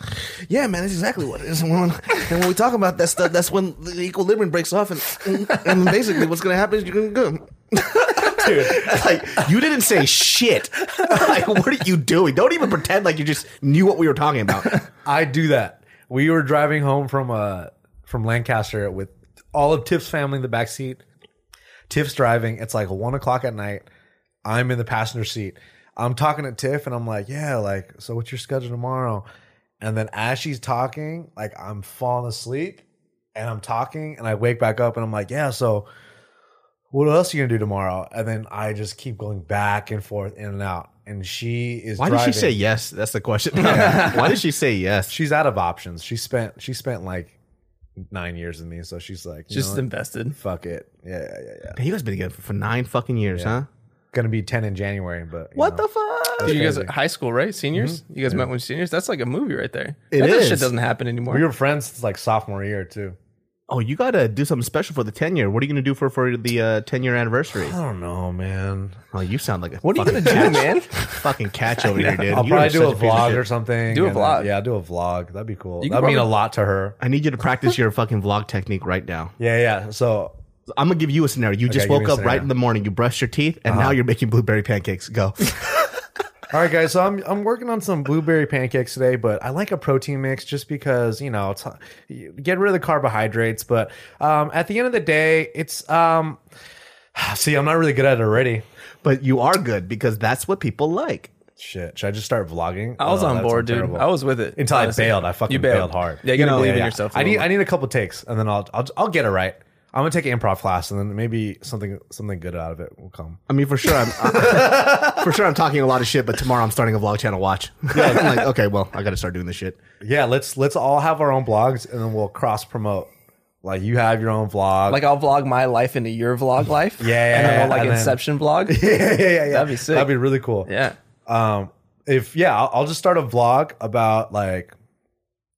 "Yeah, man, that's exactly what it is." And when, and when we talk about that stuff, that's when the equilibrium breaks off, and and basically what's gonna happen is you're gonna go. like you didn't say shit. like what are you doing? Don't even pretend like you just knew what we were talking about.
I do that. We were driving home from uh from Lancaster with all of Tiff's family in the back seat. Tiff's driving. It's like one o'clock at night. I'm in the passenger seat. I'm talking to Tiff and I'm like, yeah, like, so what's your schedule tomorrow? And then as she's talking, like I'm falling asleep and I'm talking and I wake back up and I'm like, yeah, so what else are you gonna do tomorrow? And then I just keep going back and forth in and out. And she is
Why
driving
did she say yes? That's the question. Why did she say yes?
she's out of options. She spent she spent like nine years with me, so she's like, you know
Just
what?
invested.
fuck it, yeah, yeah, yeah, yeah.
You guys been together for nine fucking years, huh?
Gonna be ten in January, but you
What
know.
the fuck?
Dude, you guys
crazy.
are high school, right? Seniors? You guys met when seniors? That's like a movie right there.
It
that
is.
shit doesn't happen anymore.
We were friends since like sophomore year too.
Oh, you gotta do something special for the ten year. What are you gonna do for for the ten year anniversary?
I don't know, man.
Oh, you sound like a
what are you
fucking
gonna do, man?
fucking catch over here, dude.
I'll
You
probably
are
do a
such piece of
vlog
shit.
or something.
Do a
and then-
vlog.
yeah, do a vlog. That'd be cool.
You
That'd
can
mean a
probably-
lot to her.
I need you to practice your fucking vlog technique right now.
Yeah, yeah. So
I'm gonna give you a scenario. You just
give me
woke
a
up right
scenario.
in the morning. You brushed your teeth, and now you're making blueberry pancakes. Go.
All right, guys. So I'm I'm working on some blueberry pancakes today, but I like a protein mix just because you know it's, you get rid of the carbohydrates. But um, at the end of the day, it's um, see, I'm not really good at it already.
But you are good because that's what people like.
Shit, should I just start vlogging?
I was
Oh,
on
that sounds
board, dude.
terrible.
I was with it
until
honestly.
I bailed. I fucking
You
bailed. hard.
Yeah, you gotta
know,
believe in
yeah.
yourself. a
I need
little.
I need a couple takes, and then I'll I'll I'll get it right. I'm gonna take an improv class, and then maybe something something good out of it will come.
I mean, for sure, I'm for sure I'm talking a lot of shit. But tomorrow I'm starting a vlog channel. Watch. I'm like, okay, well, I got to start doing this shit.
Yeah, let's let's all have our own blogs, and then we'll cross promote. Like you have your own vlog.
like I'll vlog my life into your vlog life.
Yeah, yeah,
and then
yeah,
I'll like
and then-
Inception vlog.
yeah, yeah, yeah, yeah.
That'd be sick.
That'd be really cool.
yeah,
Um, if yeah, I'll, I'll just start a vlog about like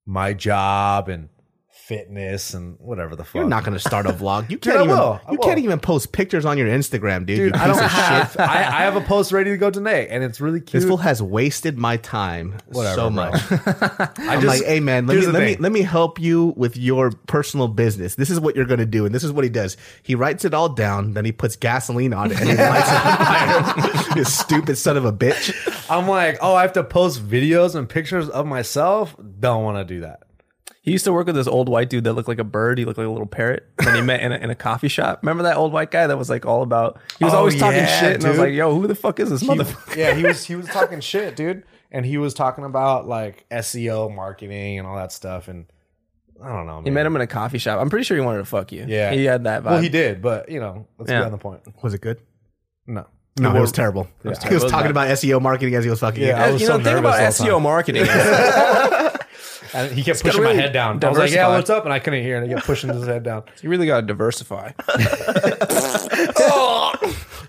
my job and fitness and whatever the fuck.
You're not going to start a vlog. You can't
I
even.
will. I
You can't
will.
even post pictures on your Instagram, dude.
Dude,
you
I
piece
don't
of shit.
have. I, I have a post ready to go tonight, and it's really cute.
This fool has wasted my time
Whatever,
so
bro.
much.
I
I'm like, hey man, let me
here's the
let me
thing.
let me help you with your personal business. This is what you're gonna do, and this is what he does. He writes it all down, then he puts gasoline on it and he lights it on fire. you stupid son of a bitch.
I'm like, oh, I have to post videos and pictures of myself. Don't want to do that.
he used to work with this old white dude that looked like a bird. He looked like a little parrot. That he met in a, in a coffee shop. Remember that old white guy that was like all about? He was
Oh,
always talking
yeah,
shit, and I was
dude.
like, "Yo, who the fuck is this motherfucker?"
yeah, he was he was talking shit, dude, and he was talking about like SEO marketing and all that stuff. And I don't know.
He met him in a coffee shop. I'm pretty sure he wanted to fuck you.
Yeah,
he had that vibe.
Well, he did, but you know, let's
Yeah.
be on the point.
Was it good?
No.
No, it was terrible. He was talking about SEO marketing as he was fucking.
Yeah.
Yeah.
I was
you
so
know, think
nervous
about
all the
SEO
time.
marketing.
And he kept pushing
really
my head down. I was like, "Yeah,
diversify.
what's up?" And I couldn't hear, and he kept pushing his head down.
you really gotta diversify.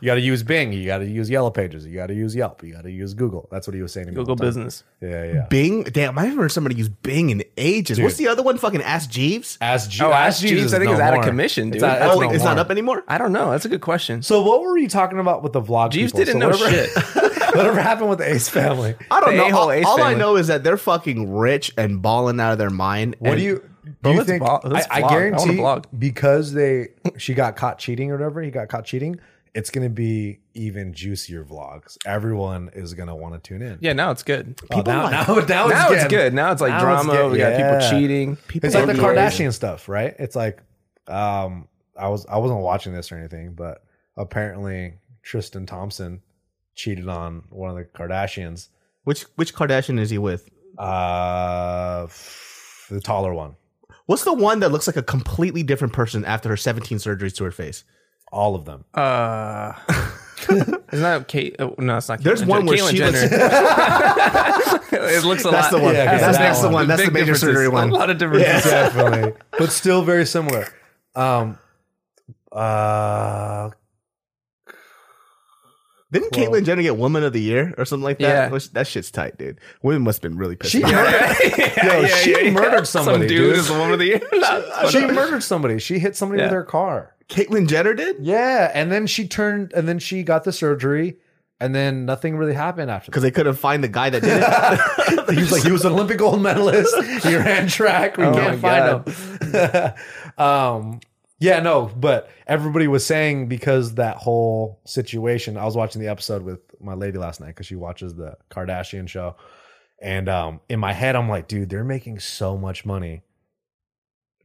You got to use Bing. You got to use Yellow Pages. You got to use Yelp. You got to use Google. That's what he was saying to me.
Google
all the time.
business.
Yeah, yeah.
Bing. Damn, I haven't heard somebody use Bing in ages. What's the other one? Fucking Ask Jeeves.
Ask Jeeves.
Oh, Ask Jeeves, I think, is out of commission, dude. That's
oh, it's not
up.
up anymore.
I don't know. That's a good question.
So what were you talking about with the vlog?
Jeeves
people?
didn't
So
know
whatever-
shit.
whatever happened with the Ace family?
I don't
The
know.
a-hole
All,
Ace
all I
family.
know is that they're fucking rich and balling out of their mind.
What
and
do you? do
Bro,
you
let's
think?
vo-
I,
let's
I
vlog. I wanna
guarantee
vlog.
because they she got caught cheating or whatever. He got caught cheating. It's gonna be even juicier vlogs. Everyone is gonna want to tune in.
Yeah, now it's good.
Oh, now, now, now,
now it's
getting-
good. Now it's like
now
drama.
getting-
we got
yeah.
people cheating. People
It's like the
looking crazy.
Kardashian stuff, right? It's like, um, I was I wasn't watching this or anything, but apparently Tristan Thompson cheated on one of the Kardashians.
Which which Kardashian is he with?
Uh, f- the taller one.
What's the one that looks like a completely different person after her 17 surgeries to her face?
All of them.
Uh, isn't that Kate? Oh, no, it's not. Caitlyn
There's one
Jenner.
where
Caitlyn
she
Jenner. it looks a
That's
lot.
the one.
Yeah, okay.
that's,
That
that's the
one.
one. That's
Big
the major
differences.
surgery one.
A lot of differences.
Definitely. but still very similar. Um, uh,
Didn't
Well-
Caitlyn Jenner get Woman of the Year or something like that?
Yeah.
Which- that shit's tight, dude. Women must have been really pissed.
she,
off.
murdered,
Yeah,
Yo, she murdered
Some
somebody,
dude
dude.
is the woman of the year. No,
she murdered somebody. She hit somebody with
Yeah.
her car.
Caitlyn Jenner did?
Yeah, and then she turned, and then she got the surgery, and then nothing really happened after
Because they couldn't find the guy that did it.
that. he was like, he was an Olympic gold medalist. He ran track. We
Oh
can't
my
find him. um, yeah, no, but everybody was saying because that whole situation. I was watching the episode with my lady last night because she watches the Kardashian show, and um, in my head, I'm like, dude, they're making so much money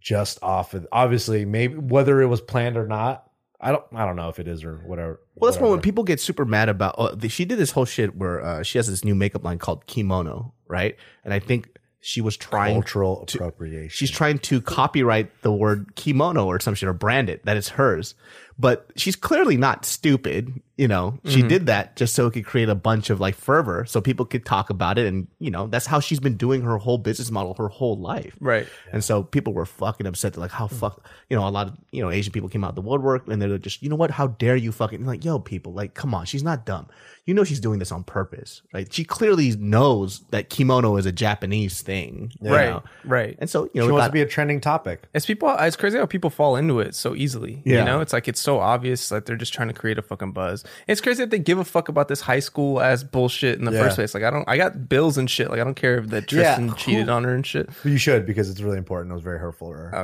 just off of obviously maybe whether it was planned or not. I don't. I don't know if it is or whatever.
Well, that's one when
whatever.
people get super mad about. Oh, the, she did this whole shit where uh, she has this new makeup line called Kimono, right? And I think she was trying
cultural appropriation.
She's trying to copyright the word kimono or some shit or brand it that it's hers. But she's clearly not stupid. You know, she did that just so it could create a bunch of like fervor so people could talk about it. And, you know, that's how she's been doing her whole business model her whole life.
Right.
And so people were fucking upset. They're like, how fuck, you know, a lot of, you know, Asian people came out of the woodwork and they're just, you know what, how dare you fucking, like, yo, people, like, come on, she's not dumb. You know, she's doing this on purpose, right? She clearly knows that kimono is a Japanese thing. you
Right.
know?
Right.
And so, you know,
She
it
wants
got-
to be a trending topic.
It's people. It's crazy how people fall into it so easily. You
Yeah.
know, it's like it's so obvious that they're just trying to create a fucking buzz. It's crazy that they give a fuck about this high school ass bullshit in the
Yeah.
first place. Like I don't. I got bills and shit. Like I don't care if that Tristan
who-
cheated on her and shit.
You should because it's really important. It was very hurtful to her.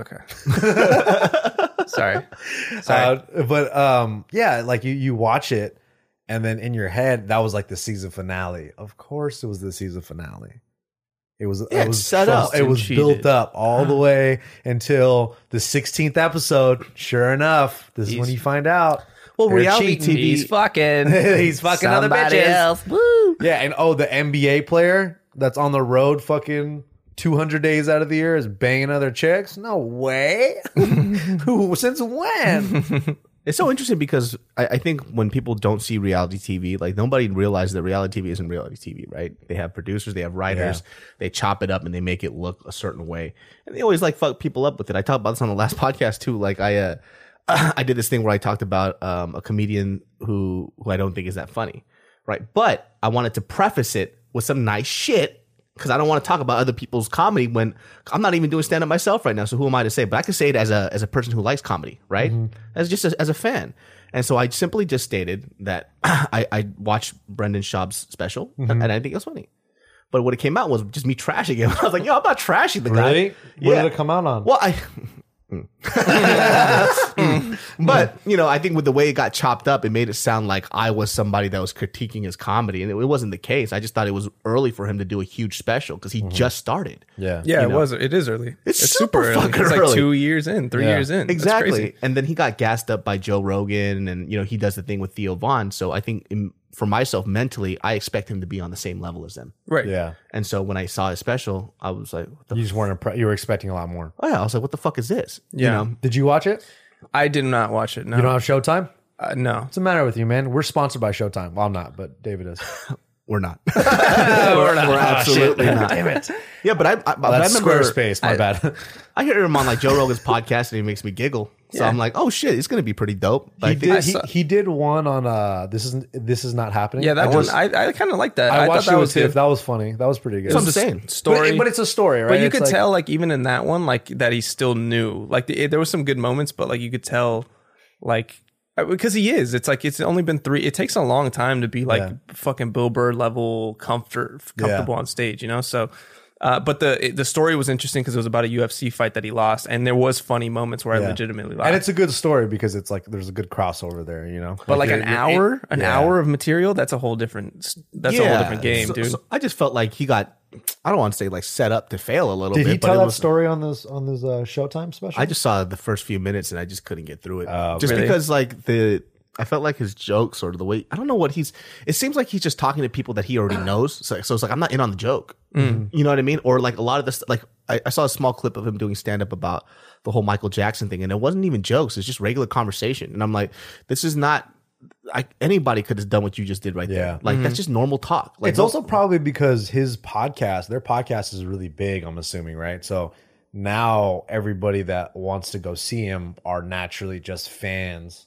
Okay. Sorry. Sorry.
Uh, but um, yeah, like you you watch it And then in your head, that was like the season finale. Of course, it was the season finale. It was
Yeah,
it was
it's set up
It
and
was built
cheated.
up all the way until the 16th episode. Sure enough, this is when
He's-
you find out.
Well,
They're
reality
cheating.
TV.
He's fucking.
He's fucking other
somebody
bitches.
Else. Woo.
Yeah, and oh, the NBA player that's on the road fucking 200 days out of the year is banging other chicks? No way. Who? Since when?
It's so interesting because I, I think when people don't see reality TV, like nobody realizes that reality TV isn't reality TV, right? They have producers, they have writers, they chop it up and they make it look a certain way, and they always like fuck people up with it. I talked about this on the last podcast too. Like I, uh, I did this thing where I talked about um, a comedian who who I don't think is that funny, right? But I wanted to preface it with some nice shit because I don't want to talk about other people's comedy when I'm not even doing stand up myself right now. So who am I to say? But I can say it as a as a person who likes comedy, right? As just a, as a fan. And so I simply just stated that I, I watched Brendan Schaub's special and I didn't think it was funny. But what it came out was just me trashing him. I was like, yo, I'm not trashing the guy.
Really? What
Yeah.
did it come out on?
Well, I. Mm. Mm. but you know, I think with the way it got chopped up, it made it sound like I was somebody that was critiquing his comedy, and it, it wasn't the case. I just thought it was early for him to do a huge special because he just started.
Yeah.
Yeah,
You know?
it was. It is early.
It's super fucking
It's like
early.
two years in, three
Yeah.
years in. That's
Exactly.
crazy.
And then he got gassed up by Joe Rogan, and you know he does the thing with Theo Vaughn. So I think in, for myself mentally, I expect him to be on the same level as them.
Right.
Yeah.
And so when I saw his special, I was like, what the
You
f-
just weren't, impre- you were expecting a lot more.
oh, yeah, I was like, what the fuck is this?
Yeah.
You know?
Did you watch it?
I did not watch it. No.
You don't have Showtime?
uh, no.
What's the matter with you, man? We're sponsored by Showtime. Well, I'm not, but David is.
We're not.
we're not.
We're absolutely not. Damn it. Yeah, but I, I, but I
That's
remember
Squarespace. My bad.
I hear him on like Joe Rogan's podcast, and he makes me giggle. So I'm like, oh shit, it's gonna be pretty dope. But
he,
I think
did, he,
saw-
he did one on uh this is this is not happening.
Yeah,
I
that one.
just-
I, I kind of like that.
I,
I, thought
watched
that
it
was
with Tiff.
good.
That was funny. That was pretty good.
that's what I'm
It's
saying.
Story,
But, it- but it's a story, right?
But you
It's
could
like-
tell, like even in that one, like that he's still new. Like the, there were some good moments, but like you could tell, like uh, because he is. It's like it's only been three. It takes a long time to be like
Yeah.
fucking Bill Burr level comfort comfortable on stage, you know. So. Uh, but the it- the story was interesting because it was about a UFC fight that he lost, and there was funny moments where I
Yeah.
legitimately laughed.
and it's a good story because it's like there's a good crossover there, you know.
but like
you're-
an
you're-
hour, an
yeah.
hour of material. That's a whole different. s- That's a whole different game,
So-
dude.
so I just felt like he got. I don't want to say like set up to fail a little
Did
bit.
he
but
tell
it
that
was-
story on this on this uh, Showtime special?
I just saw the first few minutes and I just couldn't get through it. just
really?
because like the I felt like his jokes or the way I don't know what he's it seems like he's just talking to people that he already knows. So, so it's like I'm not in on the joke. You know what I mean? Or like a lot of this like I, I saw a small clip of him doing stand up about the whole Michael Jackson thing and it wasn't even jokes, it's just regular conversation. And I'm like, this is not I, anybody could have done what you just did right
Yeah.
there. Like that's just normal talk. Like
it's also probably because his podcast, their podcast is really big, I'm assuming, right? So now everybody that wants to go see him are naturally just fans.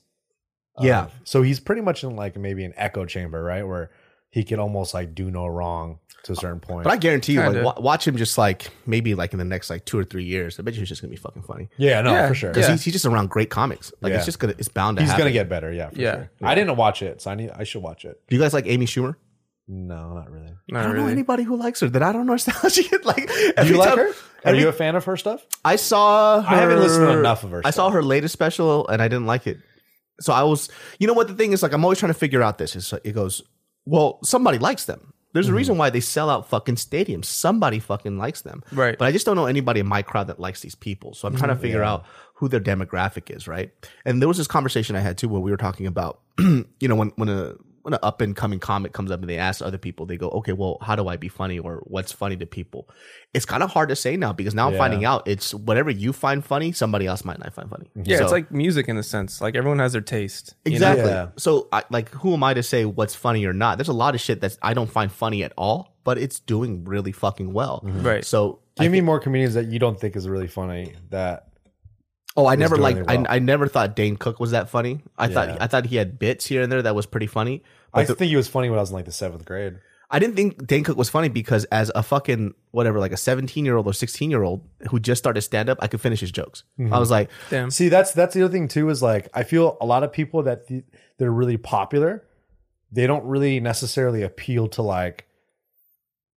Yeah.
of- so he's pretty much in like maybe an echo chamber, right? Where he could almost like do no wrong to a certain point.
but I guarantee you, like,
Kinda.
wa- watch him just like maybe like in the next like two or three years. I bet you he's just gonna be fucking funny.
yeah, no,
Yeah,
for sure.
'cause
because he's, he's just around great comics. Like
Yeah.
it's just gonna, it's bound to.
He's
happen.
gonna get better, yeah. For
Yeah.
sure. I didn't watch it, so I need. I should watch it.
Do you guys like Amy Schumer?
No, not really.
Not
I don't know
really.
anybody who likes her. That I don't understand how she like.
Do
every
you like
time-
her? Are
every-
you a fan of her stuff?
I saw. Her,
I haven't listened to enough of her
I saw
stuff.
her latest special and I didn't like it. So I was, you know what the thing is? Like I'm always trying to figure out this. Is it goes well? Somebody likes them. There's
Mm-hmm.
a reason why they sell out fucking stadiums. Somebody fucking likes them.
Right.
But I just don't know anybody in my crowd that likes these people. So I'm trying to figure out who their demographic is, right? And there was this conversation I had too where we were talking about, you know, when when a when an up and coming comic comes up and they ask other people, they go, okay, well, how do I be funny or what's funny to people? It's kind of hard to say now because now I'm
Yeah.
finding out it's whatever you find funny, somebody else might not find funny.
Yeah, it's
So-
like music in a sense. Like everyone has their taste. you know?
Exactly.
Yeah.
So, I, like, who am I to say what's funny or not? There's a lot of shit that I don't find funny at all, but it's doing really fucking well.
Right.
So,
Give me more comedians that you don't think is really funny. That
oh, I never
doing
like,
well.
I, I never thought Dane Cook was that funny. I
Yeah.
thought, I thought he had bits here and there that was pretty funny. But
I
the-
think he was funny when I was in like the seventh grade.
I didn't think Dane Cook was funny because as a fucking whatever, like a 17 year old or 16 year old who just started stand up, I could finish his jokes.
Mm-hmm.
I was like,
Damn.
See, that's that's the other thing too. Is like I feel a lot of people that th- they're really popular, they don't really necessarily appeal to like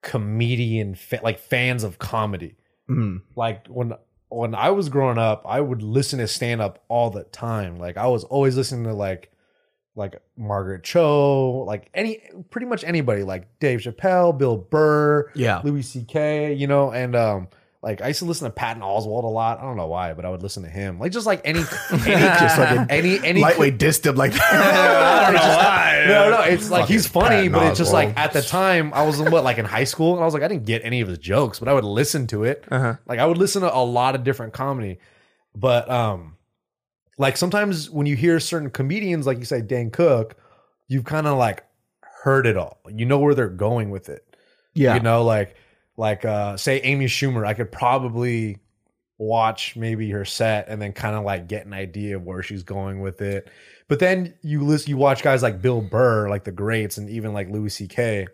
comedian fa- like fans of comedy.
mm,
Like when when I was growing up, I would listen to stand up all the time. Like I was always listening to like like Margaret Cho, like any pretty much anybody, like Dave Chappelle, Bill Burr,
Yeah.
Louis C.K. You know, and um, like I used to listen to Patton Oswald a lot. I don't know why, but I would listen to him. Like just like any
Just like a
any any
lightweight dissed him like that.
I don't know why. No, no, it's like he's
Fucking
funny,
Patton
but it's just
Oswalt.
like at the time I was in what like in high school, and I was like I didn't get any of his jokes, but I would listen to it.
Uh-huh.
Like I would listen to a lot of different comedy, but um, like sometimes when you hear certain comedians, like you say Dan Cook, you've kind of like heard it all. You know where they're going with it. You know, like like uh say Amy Schumer, I could probably watch maybe her set and then kind of like get an idea of where she's going with it. But then you list you watch guys like Bill Burr, like the greats, and even like Louis C.K.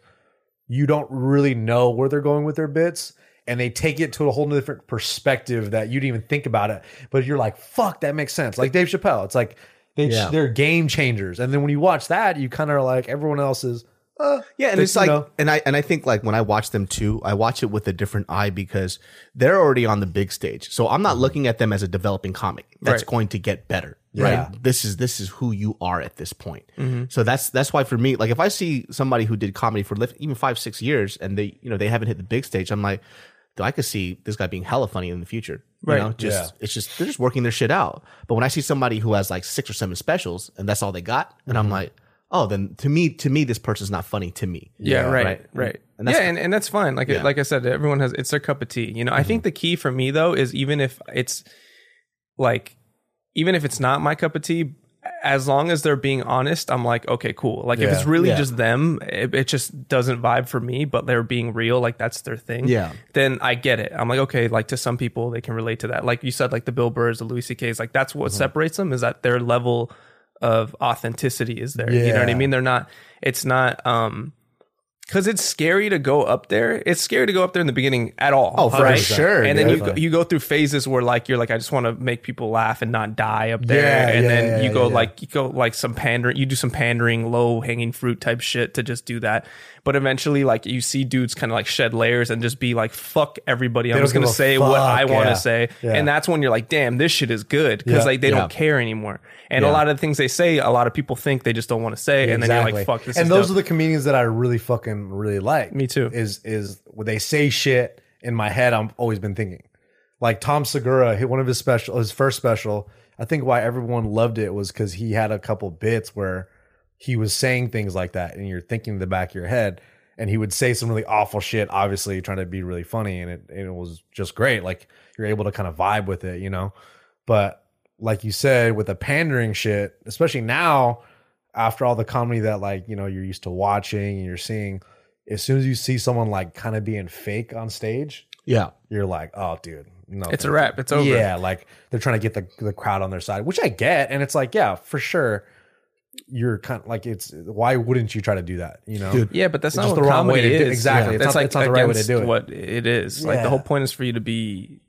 You don't really know where they're going with their bits. And they take it to a whole different perspective that you didn't even think about it. But you're like, fuck, that makes sense. Like Dave Chappelle. It's like they
Yeah.
they're game changers. And then when you watch that, you kind of are like everyone else is
Yeah, and
But,
it's
you
like,
know.
and I and I think like when I watch them too, I watch it with a different eye because they're already on the big stage. So I'm
Mm-hmm.
not looking at them as a developing comic that's
Right.
going to get better.
Yeah.
Right. This is this is who you are at this point. So that's that's why for me, like if I see somebody who did comedy for lif- even five six years and they you know they haven't hit the big stage, I'm like, dude, I could see this guy being hella funny in the future. You
Right.
know, just it's just they're just working their shit out. But when I see somebody who has like six or seven specials and that's all they got, and I'm like, oh, then to me, to me, this person's not funny to me.
Yeah, right,
right.
right.
And that's-
yeah, and, and that's fine. Like like I said, everyone has it's their cup of tea. You know, I
Mm-hmm.
think the key for me though is even if it's like even if it's not my cup of tea, as long as they're being honest, I'm like, okay, cool. Like if it's really
Yeah.
just them, it, it just doesn't vibe for me, but they're being real, like that's their thing.
Yeah.
Then I get it. I'm like, okay, like to some people they can relate to that. Like you said, like the Bill Burrs, the Louis C.K.'s, like that's
Mm-hmm.
what separates them is that their level of authenticity is there. You know what I
Yeah.
mean? They're not it's not um because it's scary to go up there. It's scary to go up there in the beginning at all.
Oh, for sure,
And then
yeah.
you go, you go through phases where like you're like, I just want to make people laugh and not die up there.
Yeah,
and
yeah,
then
yeah,
you go
yeah.
like you go like some pandering. You do some pandering, low hanging fruit type shit to just do that. But eventually, like you see dudes kind of like shed layers and just be like, "Fuck everybody." I'm
don't
just gonna
give a
say what
fuck,
I want to
yeah,
say.
yeah.
And that's when you're like, "Damn, this shit is good," because
Yeah,
like they
yeah.
don't care anymore. And a lot of the things they say, a lot of people think they just don't want to say. and then you're like, "Fuck." This
and
is
those
dope."
are the comedians that I really fucking really like.
Me too.
Is is when they say shit in my head? I've always been thinking, like Tom Segura, hit one of his special, his first special. I think why everyone loved it was because he had a couple bits where he was saying things like that, and you're thinking in the back of your head, and he would say some really awful shit, obviously trying to be really funny, and it and it was just great. Like you're able to kind of vibe with it, you know. But like you said, with the pandering shit, especially now, after all the comedy that like you know you're used to watching and you're seeing as soon as you see someone like kind of being fake on stage
Yeah.
you're like oh dude no
It's a
thank
wrap. It's over.
you. yeah like they're trying to get the, the crowd on their side which i get and it's like yeah for sure you're kind of like it's why wouldn't you try to do that you know
Dude.
Yeah, but that's
It's
not
just
what
the wrong way
comedy
to do-
is.
exactly. It's
that's
not-
like
it's not the right way to
against
do it.
What it is, like
Yeah.
the whole point is for you to be.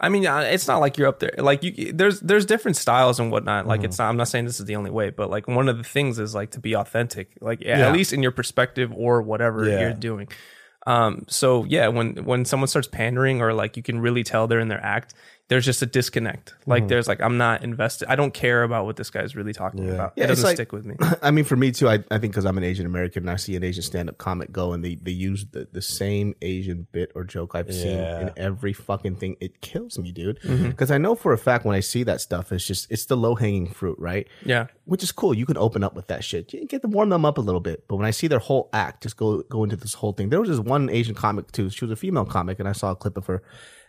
I mean, uh, it's not like you're up there. Like you, there's there's different styles and whatnot. Like
Mm-hmm.
it's not. I'm not saying this is the only way, but like one of the things is like to be authentic. Like at least in your perspective or whatever
Yeah.
you're doing. Um. So yeah, when when someone starts pandering or like you can really tell they're in their act. There's just a disconnect. Like
Mm-hmm.
there's like I'm not invested. I don't care about what this guy's really talking about.
Yeah,
it
it's
doesn't
like-
stick with me.
I mean, for me too, I, I think because I'm an Asian American and I see an Asian stand up comic go and they, they use the, the same Asian bit or joke I've seen
Yeah.
in every fucking thing. It kills me, dude. Because I know for a fact when I see that stuff, it's just, it's the low hanging fruit, right?
Yeah.
Which is cool. You can open up with that shit. You get to warm them up a little bit. But when I see their whole act, just go go into this whole thing. There was this one Asian comic too. She was a female comic, and I saw a clip of her,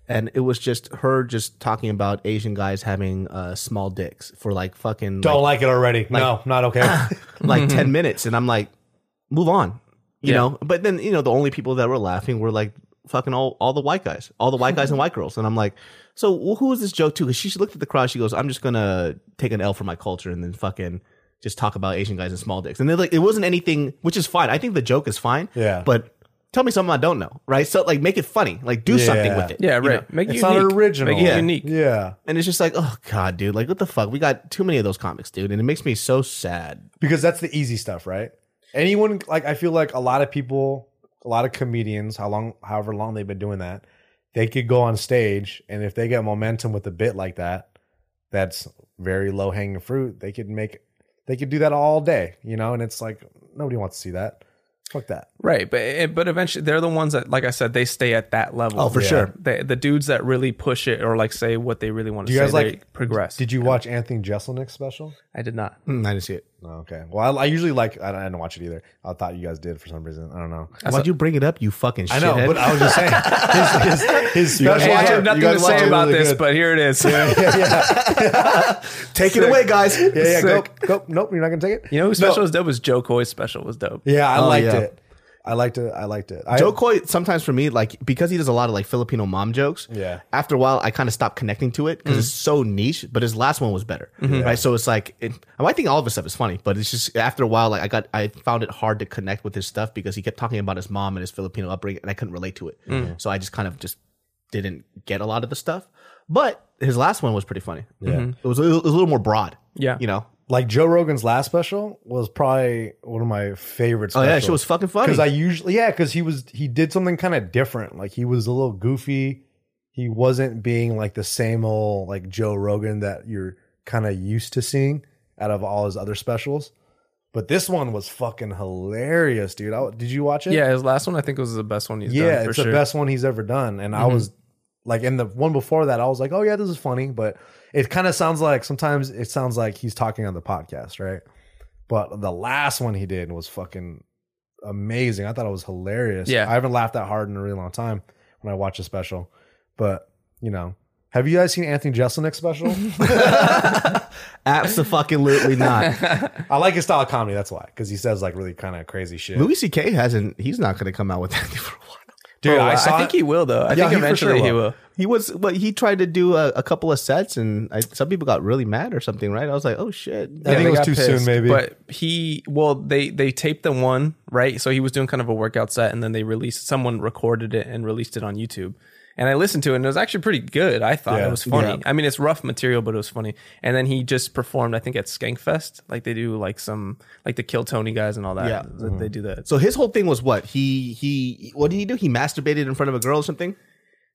and it was just her just talking about Asian guys having uh, small dicks for like fucking like,
don't like it already no not okay
like 10 minutes and I'm like, move on, you
Mm-hmm. Yeah.
know? But then, you know, the only people that were laughing were like fucking all, all the white guys, all the white guys and white girls. And I'm like, so wh- who is this joke to? Cause she looked at the crowd. She goes, I'm just going to take an L for my culture and then fucking just talk about Asian guys and small dicks. And they're like, it wasn't anything, which is fine. I think the joke is fine.
Yeah.
But tell me something I don't know. Right. So like make it funny, like do something
Yeah.
with it.
Yeah.
you
Right.
know?
Make it
it's
unique.
not original
Make it
yeah.
unique.
yeah
And it's just like, oh God, dude, like what the fuck? We got too many of those comics, dude. And it makes me so sad.
because that's the easy stuff, right? Anyone like I feel like a lot of people, a lot of comedians, how long, however long they've been doing that, they could go on stage and if they get momentum with a bit like that, that's very low hanging fruit. They could make, They could do that all day, you know, and it's like nobody wants to see that. Fuck that.
Right, but eh, but eventually they're the ones that, like I said, they stay at that level.
Oh, for sure.
The, the dudes that really push it or like say what they really want to
Do you
say,
guys
they
like
progress.
Did you watch Anthony Jeselnik's special?
I did not.
Mm, I didn't see it.
No, okay. Well, I, I usually like. I, don't- I didn't watch it either. I thought you guys did for some reason. I don't know.
Why'd you bring it up, you fucking shithead?
I know, but I was just saying his, his, his
guys
special.
Hey, I
watch it?
have nothing
You
to
guys watch
say
it?
about
Really
this,
good.
but here it is.
Take it away, guys.
yeah, yeah, go,
Sick.
go, nope, you're not gonna take it.
You know who
No.
special was dope? Was Joe Coy's special was dope.
Yeah, I
Oh,
liked
yeah.
it. I liked it. I liked it. I,
Joe Coy, sometimes for me, like because he does a lot of like Filipino mom jokes.
Yeah.
After a while, I kind of stopped connecting to it because it's
Mm-hmm.
so niche. But his last one was better, right? So it's like it, I might think all of his stuff is funny, but it's just after a while, like I got I found it hard to connect with his stuff because he kept talking about his mom and his Filipino upbringing, and I couldn't relate to it.
Mm-hmm.
So I just kind of just didn't get a lot of the stuff. But his last one was pretty funny. Yeah. It was a, it was a little more broad.
Yeah.
You know.
like Joe Rogan's last special was probably one of my favorite.
Oh
Specials.
yeah, that shit was fucking funny.
because I usually yeah because he was he did something kind of different. Like he was a little goofy. He wasn't being like the same old like Joe Rogan that you're kind of used to seeing out of all his other specials. But this one was fucking hilarious, dude. I, did you watch it?
Yeah, his last one I think was the best one he's
yeah,
done for
it's
sure. Mm-hmm.
the best one he's ever done. And I was like, in the one before that, I was like, oh yeah, this is funny, but it kind of sounds like sometimes it sounds like he's talking on the podcast, right? But the last one he did was fucking amazing. I thought it was hilarious.
Yeah.
I haven't laughed that hard in a really long time when I watch a special, but you know. Have you guys seen Anthony Jeselnik's special?
Absolutely not.
I like his style of comedy. That's why, because he says like really kind of crazy shit.
Louis C.K. hasn't. He's not going to come out with that for a while.
Dude,
Bro, I,
I saw.
think he will though. I
Yeah,
think
he for sure
eventually he
will.
will.
He was, but he tried to do a, a couple of sets, and I, some people got really mad or something, right? I was like, oh shit.
I think
they
it was
got
too soon, maybe.
But he, well, they they taped the one right, so he was doing kind of a workout set, and then they released. Someone recorded it and released it on YouTube. And I listened to it, and it was actually pretty good. I thought
Yeah.
it was funny. I mean, it's rough material, but it was funny. And then he just performed, I think, at Skankfest. Like they do, like some, like the Kill Tony guys and all that.
Yeah.
They- they do that.
So his whole thing was what he he what did he do? He masturbated in front of a girl or something.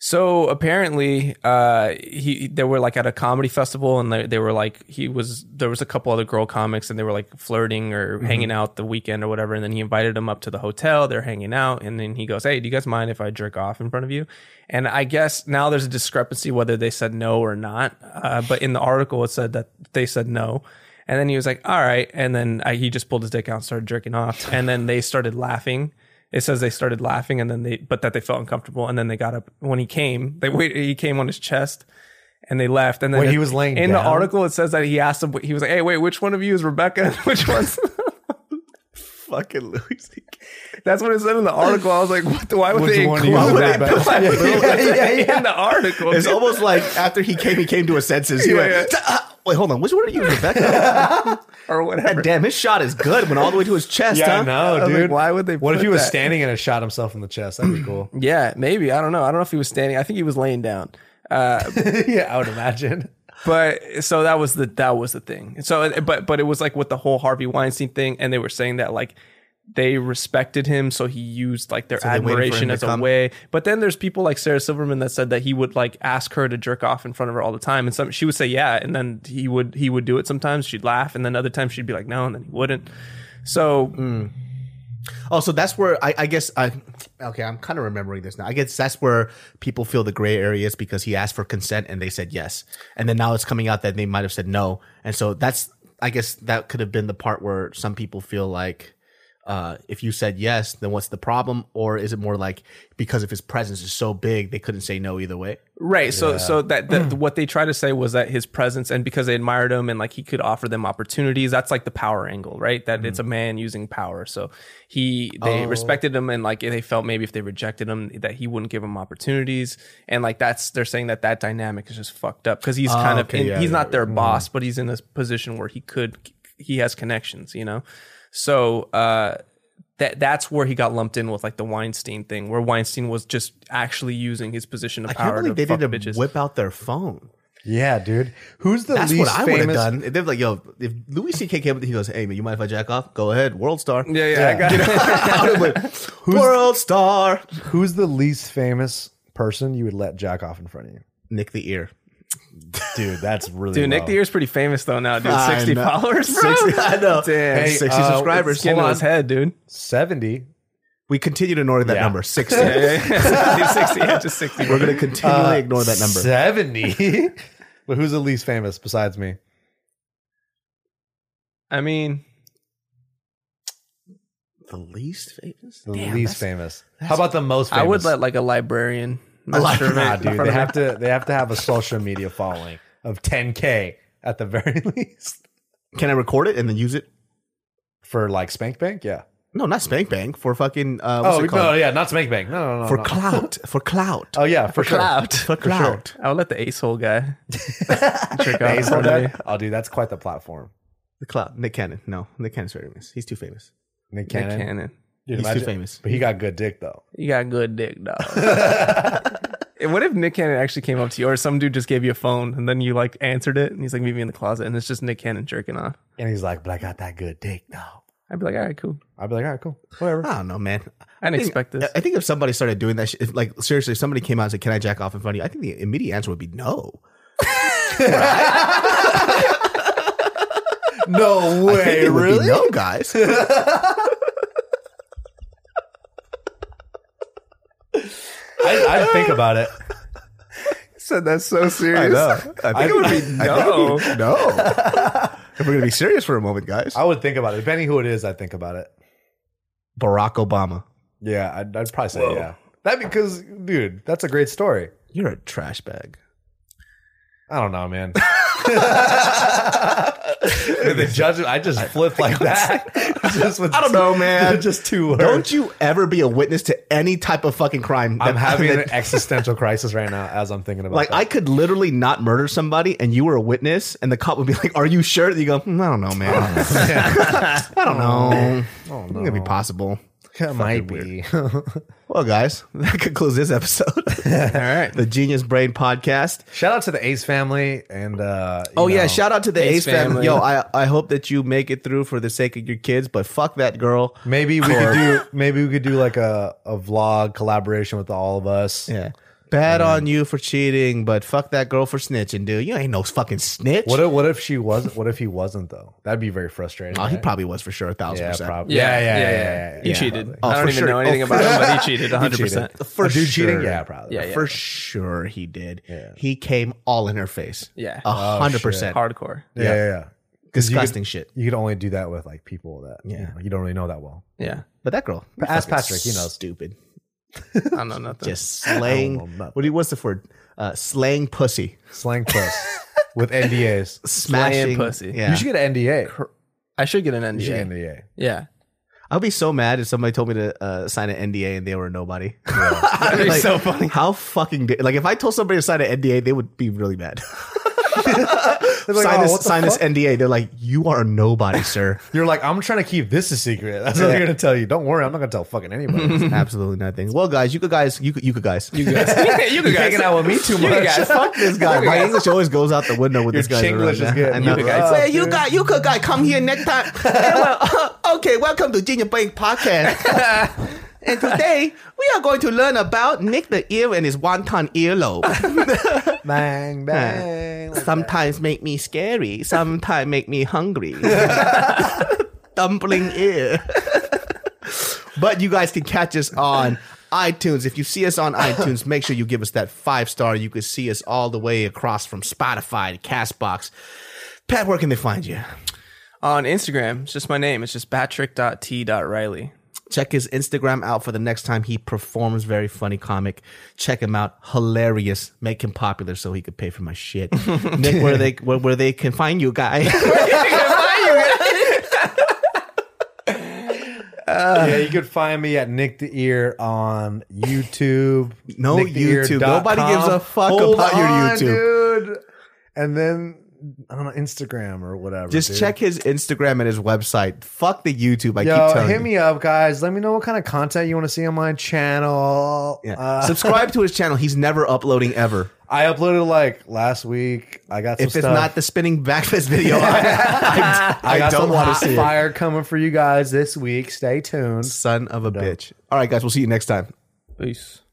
So apparently, uh, he they were like at a comedy festival, and they, they were like he was there was a couple other girl comics, and they were like flirting or hanging out the weekend or whatever. And then he invited them up to the hotel. They're hanging out, and then he goes, "Hey, do you guys mind if I jerk off in front of you?" And I guess now there's a discrepancy whether they said no or not. Uh, but in the article, it said that they said no. And then he was like, "All right," and then I, he just pulled his dick out and started jerking off, and then they started laughing. It says they started laughing and then they, but that they felt uncomfortable and then they got up. When he came, they waited. He came on his chest, and they left. And then
Wait,
it-
he was laying
in
down?
the article. It says that he asked him. He was like, "Hey, wait, which one of you is Rebecca? Which one's?"
Fucking Louis C.K.
That's what it said in the article. I was like, what, the- "Why would
Which
they
one
include
do you want
that?
Rebecca?
Why would they put
Yeah,
that in the article?"
It's
dude?
almost like after he came, he came to his senses. He
Yeah,
went,
yeah.
"T- uh, wait, hold on. Which one are you, Rebecca?
or whatever.
Damn, his shot is good. Went all the way to his chest.
yeah,
huh?
I know,
was
dude.
like, why would they
What if
put
he was
that?
standing and it shot himself in the chest? That'd be cool.
Yeah, maybe. I don't know. I don't know if he was standing. I think he was laying down. Uh,
yeah, I would imagine.
but so that was the that was the thing. So but but it was like with the whole Harvey Weinstein thing, and they were saying that like they respected him, so he used like their
they waited for him
admiration
to
as a
come.
way. But then there's people like Sarah Silverman that said that he would like ask her to jerk off in front of her all the time, and some she would say yeah, and then he would he would do it sometimes. She'd laugh, and then other times she'd be like no, and then he wouldn't. So
Oh, so that's where I, I guess I okay. I'm kind of remembering this now. I guess that's where people feel the gray area is because he asked for consent and they said yes, and then now it's coming out that they might have said no, and so that's I guess that could have been the part where some people feel like uh, if you said yes, then what's the problem, or is it more like because if his presence is so big they couldn't say no either way?
Right. So so that, that what they try to say was that his presence and because they admired him and like he could offer them opportunities, that's like the power angle, right? That
Hmm.
it's a man using power. So he
Oh.
they respected him and like they felt maybe if they rejected him that he wouldn't give him opportunities and like that's they're saying that that dynamic is just fucked up because he's kind of
Ah, okay,
in,
yeah,
he's
yeah, Hmm.
not their boss, but he's in this position where he could he has connections, you know. So uh that that's where he got lumped in with like the Weinstein thing, where Weinstein was just actually using his position of
I
power
can't believe
to
they
fuck
didn't
bitches.
whip out their phone.
Yeah, dude. Who's the
That's
least
what I would have
famous?
done. They're like, yo, if Louis C.K. came up, he goes, "Hey man, you mind if I jack off? Go ahead, world star."
Yeah, yeah, I got it.
I would've went, world star.
Who's the least famous person you would let jack off in front of you?
Nick the ear.
dude, that's really
Dude, Nick
low.
the Ear's pretty famous though now, dude.
I
60
know.
followers, bro.
60 I know.
Damn.
Hey, 60
uh,
subscribers.
Skin on his head, dude.
seventy.
We continue to ignore that
Yeah.
number. 60.
Yeah, yeah, yeah. Dude, 60, yeah, just 60.
We're going to continually ignore that number.
Uh, Seventy. but who's the least famous besides me?
I mean,
The least famous?
The
Damn,
least
that's-
famous. How about the most? famous?
I would let like a librarian.
Sure, nah,
masturbate in
dude.
front
They
of me.
have to. They have to have a social media following of 10k at the very least
Can I record it and then use it?
for like Spank Bank. Yeah.
No, not Spank Bank. For fucking, uh, what's
oh
it called?
no, yeah, not Spank Bank. No, no, no.
for
Oh,
no.
clout. For clout.
oh yeah, for, sure.
Clout.
for clout.
I would let the ace hole guy
The
trick off.
Ace
in front of
Hotel.
me.
Oh, dude, that's quite the platform.
The clout. Nick Cannon. No, Nick Cannon's very famous. He's too famous.
Nick
Nick
Cannon.
Cannon.
Dude,
He's
imagine-
too famous.
But he got good dick though.
You got good dick, dog. And what if Nick Cannon actually came up to you, or some dude just gave you a phone, and then you like answered it, and he's like, "Meet me in the closet," and it's just Nick Cannon jerking off?
And he's like, but I got that good dick though.
I'd be like, "All right, cool.
I'd be like, all right, cool, whatever.
I don't know, man.
I didn't
think-
expect this."
I think if somebody started doing that, shit, if, like seriously, if somebody came out and said, "Can I jack off in front of you?" I think the immediate answer would be no.
no
I think
way,
it would be
really?
no, guys.
I, I'd think about it.
said that's so serious.
I think it would be no. no. if we're gonna be serious for a moment, guys,
I would think about it. Depending who it is, I'd think about it.
Barack Obama,
Yeah, I'd, I'd probably say yeah. That because, dude, that's a great story.
you're a trash bag.
I don't know, man. the judge, I just flip like that. just with,
I don't know, man.
just two words.
Don't you ever be a witness to any type of fucking crime.
I'm
that-
having
that-
an existential crisis right now as I'm thinking about
like I could literally not murder somebody, and you were a witness, and the cop would be like, "Are you sure?" And you go, "Hmm, "I don't know, man. I don't know. It's gonna be possible."
I might be.
Well, guys, that concludes this episode.
All right.
the Genius Brain Podcast.
Shout out to the Ace family and uh, you
Oh yeah,
know,
shout out to the Ace,
Ace
family.
family.
Yo, I I hope that you make it through for the sake of your kids, but fuck that girl.
maybe we could do maybe we could do like a, a vlog collaboration with all of us.
Yeah. Bad on you for cheating, but fuck that girl for snitching, dude. You ain't no fucking snitch.
What if, what if she wasn't? What if he wasn't though? That'd be very frustrating.
oh, he
right?
probably was for sure, a thousand
yeah,
percent.
probably.
Yeah,
Yeah, yeah, yeah. yeah, yeah,
He
yeah.
cheated.
Oh,
I don't
for
even
sure.
know anything
Oh,
about him, but he cheated
He
100.
cheated.
percent
For
A dude
sure.
cheating? Yeah, probably.
Yeah, yeah.
For sure he did.
Yeah.
He came all in her face.
Yeah.
A hundred
shit.
percent.
Hardcore.
yeah, yeah. yeah, you
Disgusting shit.
You could only do that with like people that yeah. you,
Yeah.
know, you don't really know that well.
Yeah.
But that girl.
ask
fucking
Patrick, he knows.
Stupid.
I don't know nothing.
Just slang.
know nothing.
What do you what's the word? Uh slang pussy.
Slang puss with NDAs.
Smashing
pussy.
Yeah.
You should get an NDA.
I should get an
You
NDA.
should get an NDA.
Yeah.
I'd be so mad if somebody told me to uh, sign an NDA and they were a nobody.
That'd be
Like,
so funny.
How fucking da- like if I told somebody to sign an NDA, they would be really mad.
They're like,
sign
"Oh,
this,
what the
sign this
fuck?"
NDA. They're like, you are a nobody, sir.
You're like, I'm trying to keep this a secret. That's what I'm going to tell you. Don't worry. I'm not going to tell fucking anybody.
Absolutely nothing. Well, guys, you could guys, you could, you could guys.
You guys, you guys
hanging out with me too
You
much.
guys,
Fuck this guy. My English always goes out the window with
Your
this guy.
Chinglish is good.
You
You
could
could
guys.
guys.
Hey, you got, you could guy. Come here next time. Hey, well, uh, okay, welcome to Junior Bank Podcast. and today we are going to learn about Nick the Ear and his wonton earlobe.
bang, bang. like
sometimes make me scary, sometimes make me hungry. Dumpling ear. but you guys can catch us on iTunes. If you see us on iTunes, make sure you give us that five star. You can see us all the way across from Spotify to Castbox. Pat, where can they find you?
on Instagram. It's just my name. It's just patrick.t.riley.
Check his Instagram out for the next time he performs. Very funny comic. Check him out. Hilarious. Make him popular so he could pay for my shit. Nick, where they where, where they can find you, guy?
yeah, you could find me at Nick the Ear on YouTube.
No YouTube.
nicktheear.com.
Nobody gives a fuck
Hold
about your
on,
YouTube.
dude. And then I don't know Instagram or whatever.
Just
dude.
check his Instagram and his website. Fuck the YouTube. I keep
Yo,
telling
hit
you.
me up, guys. Let me know what kind of content you want to see on my channel.
Yeah.
Uh,
Subscribe to his channel. He's never uploading ever.
I uploaded like last week. I got some
If it's
stuff.
not the spinning backfist video, I, I,
I,
I
got
don't
some
want
hot
to see it.
fire coming for you guys this week. Stay tuned.
Son of a bitch. All right, guys. We'll see you next time.
Peace.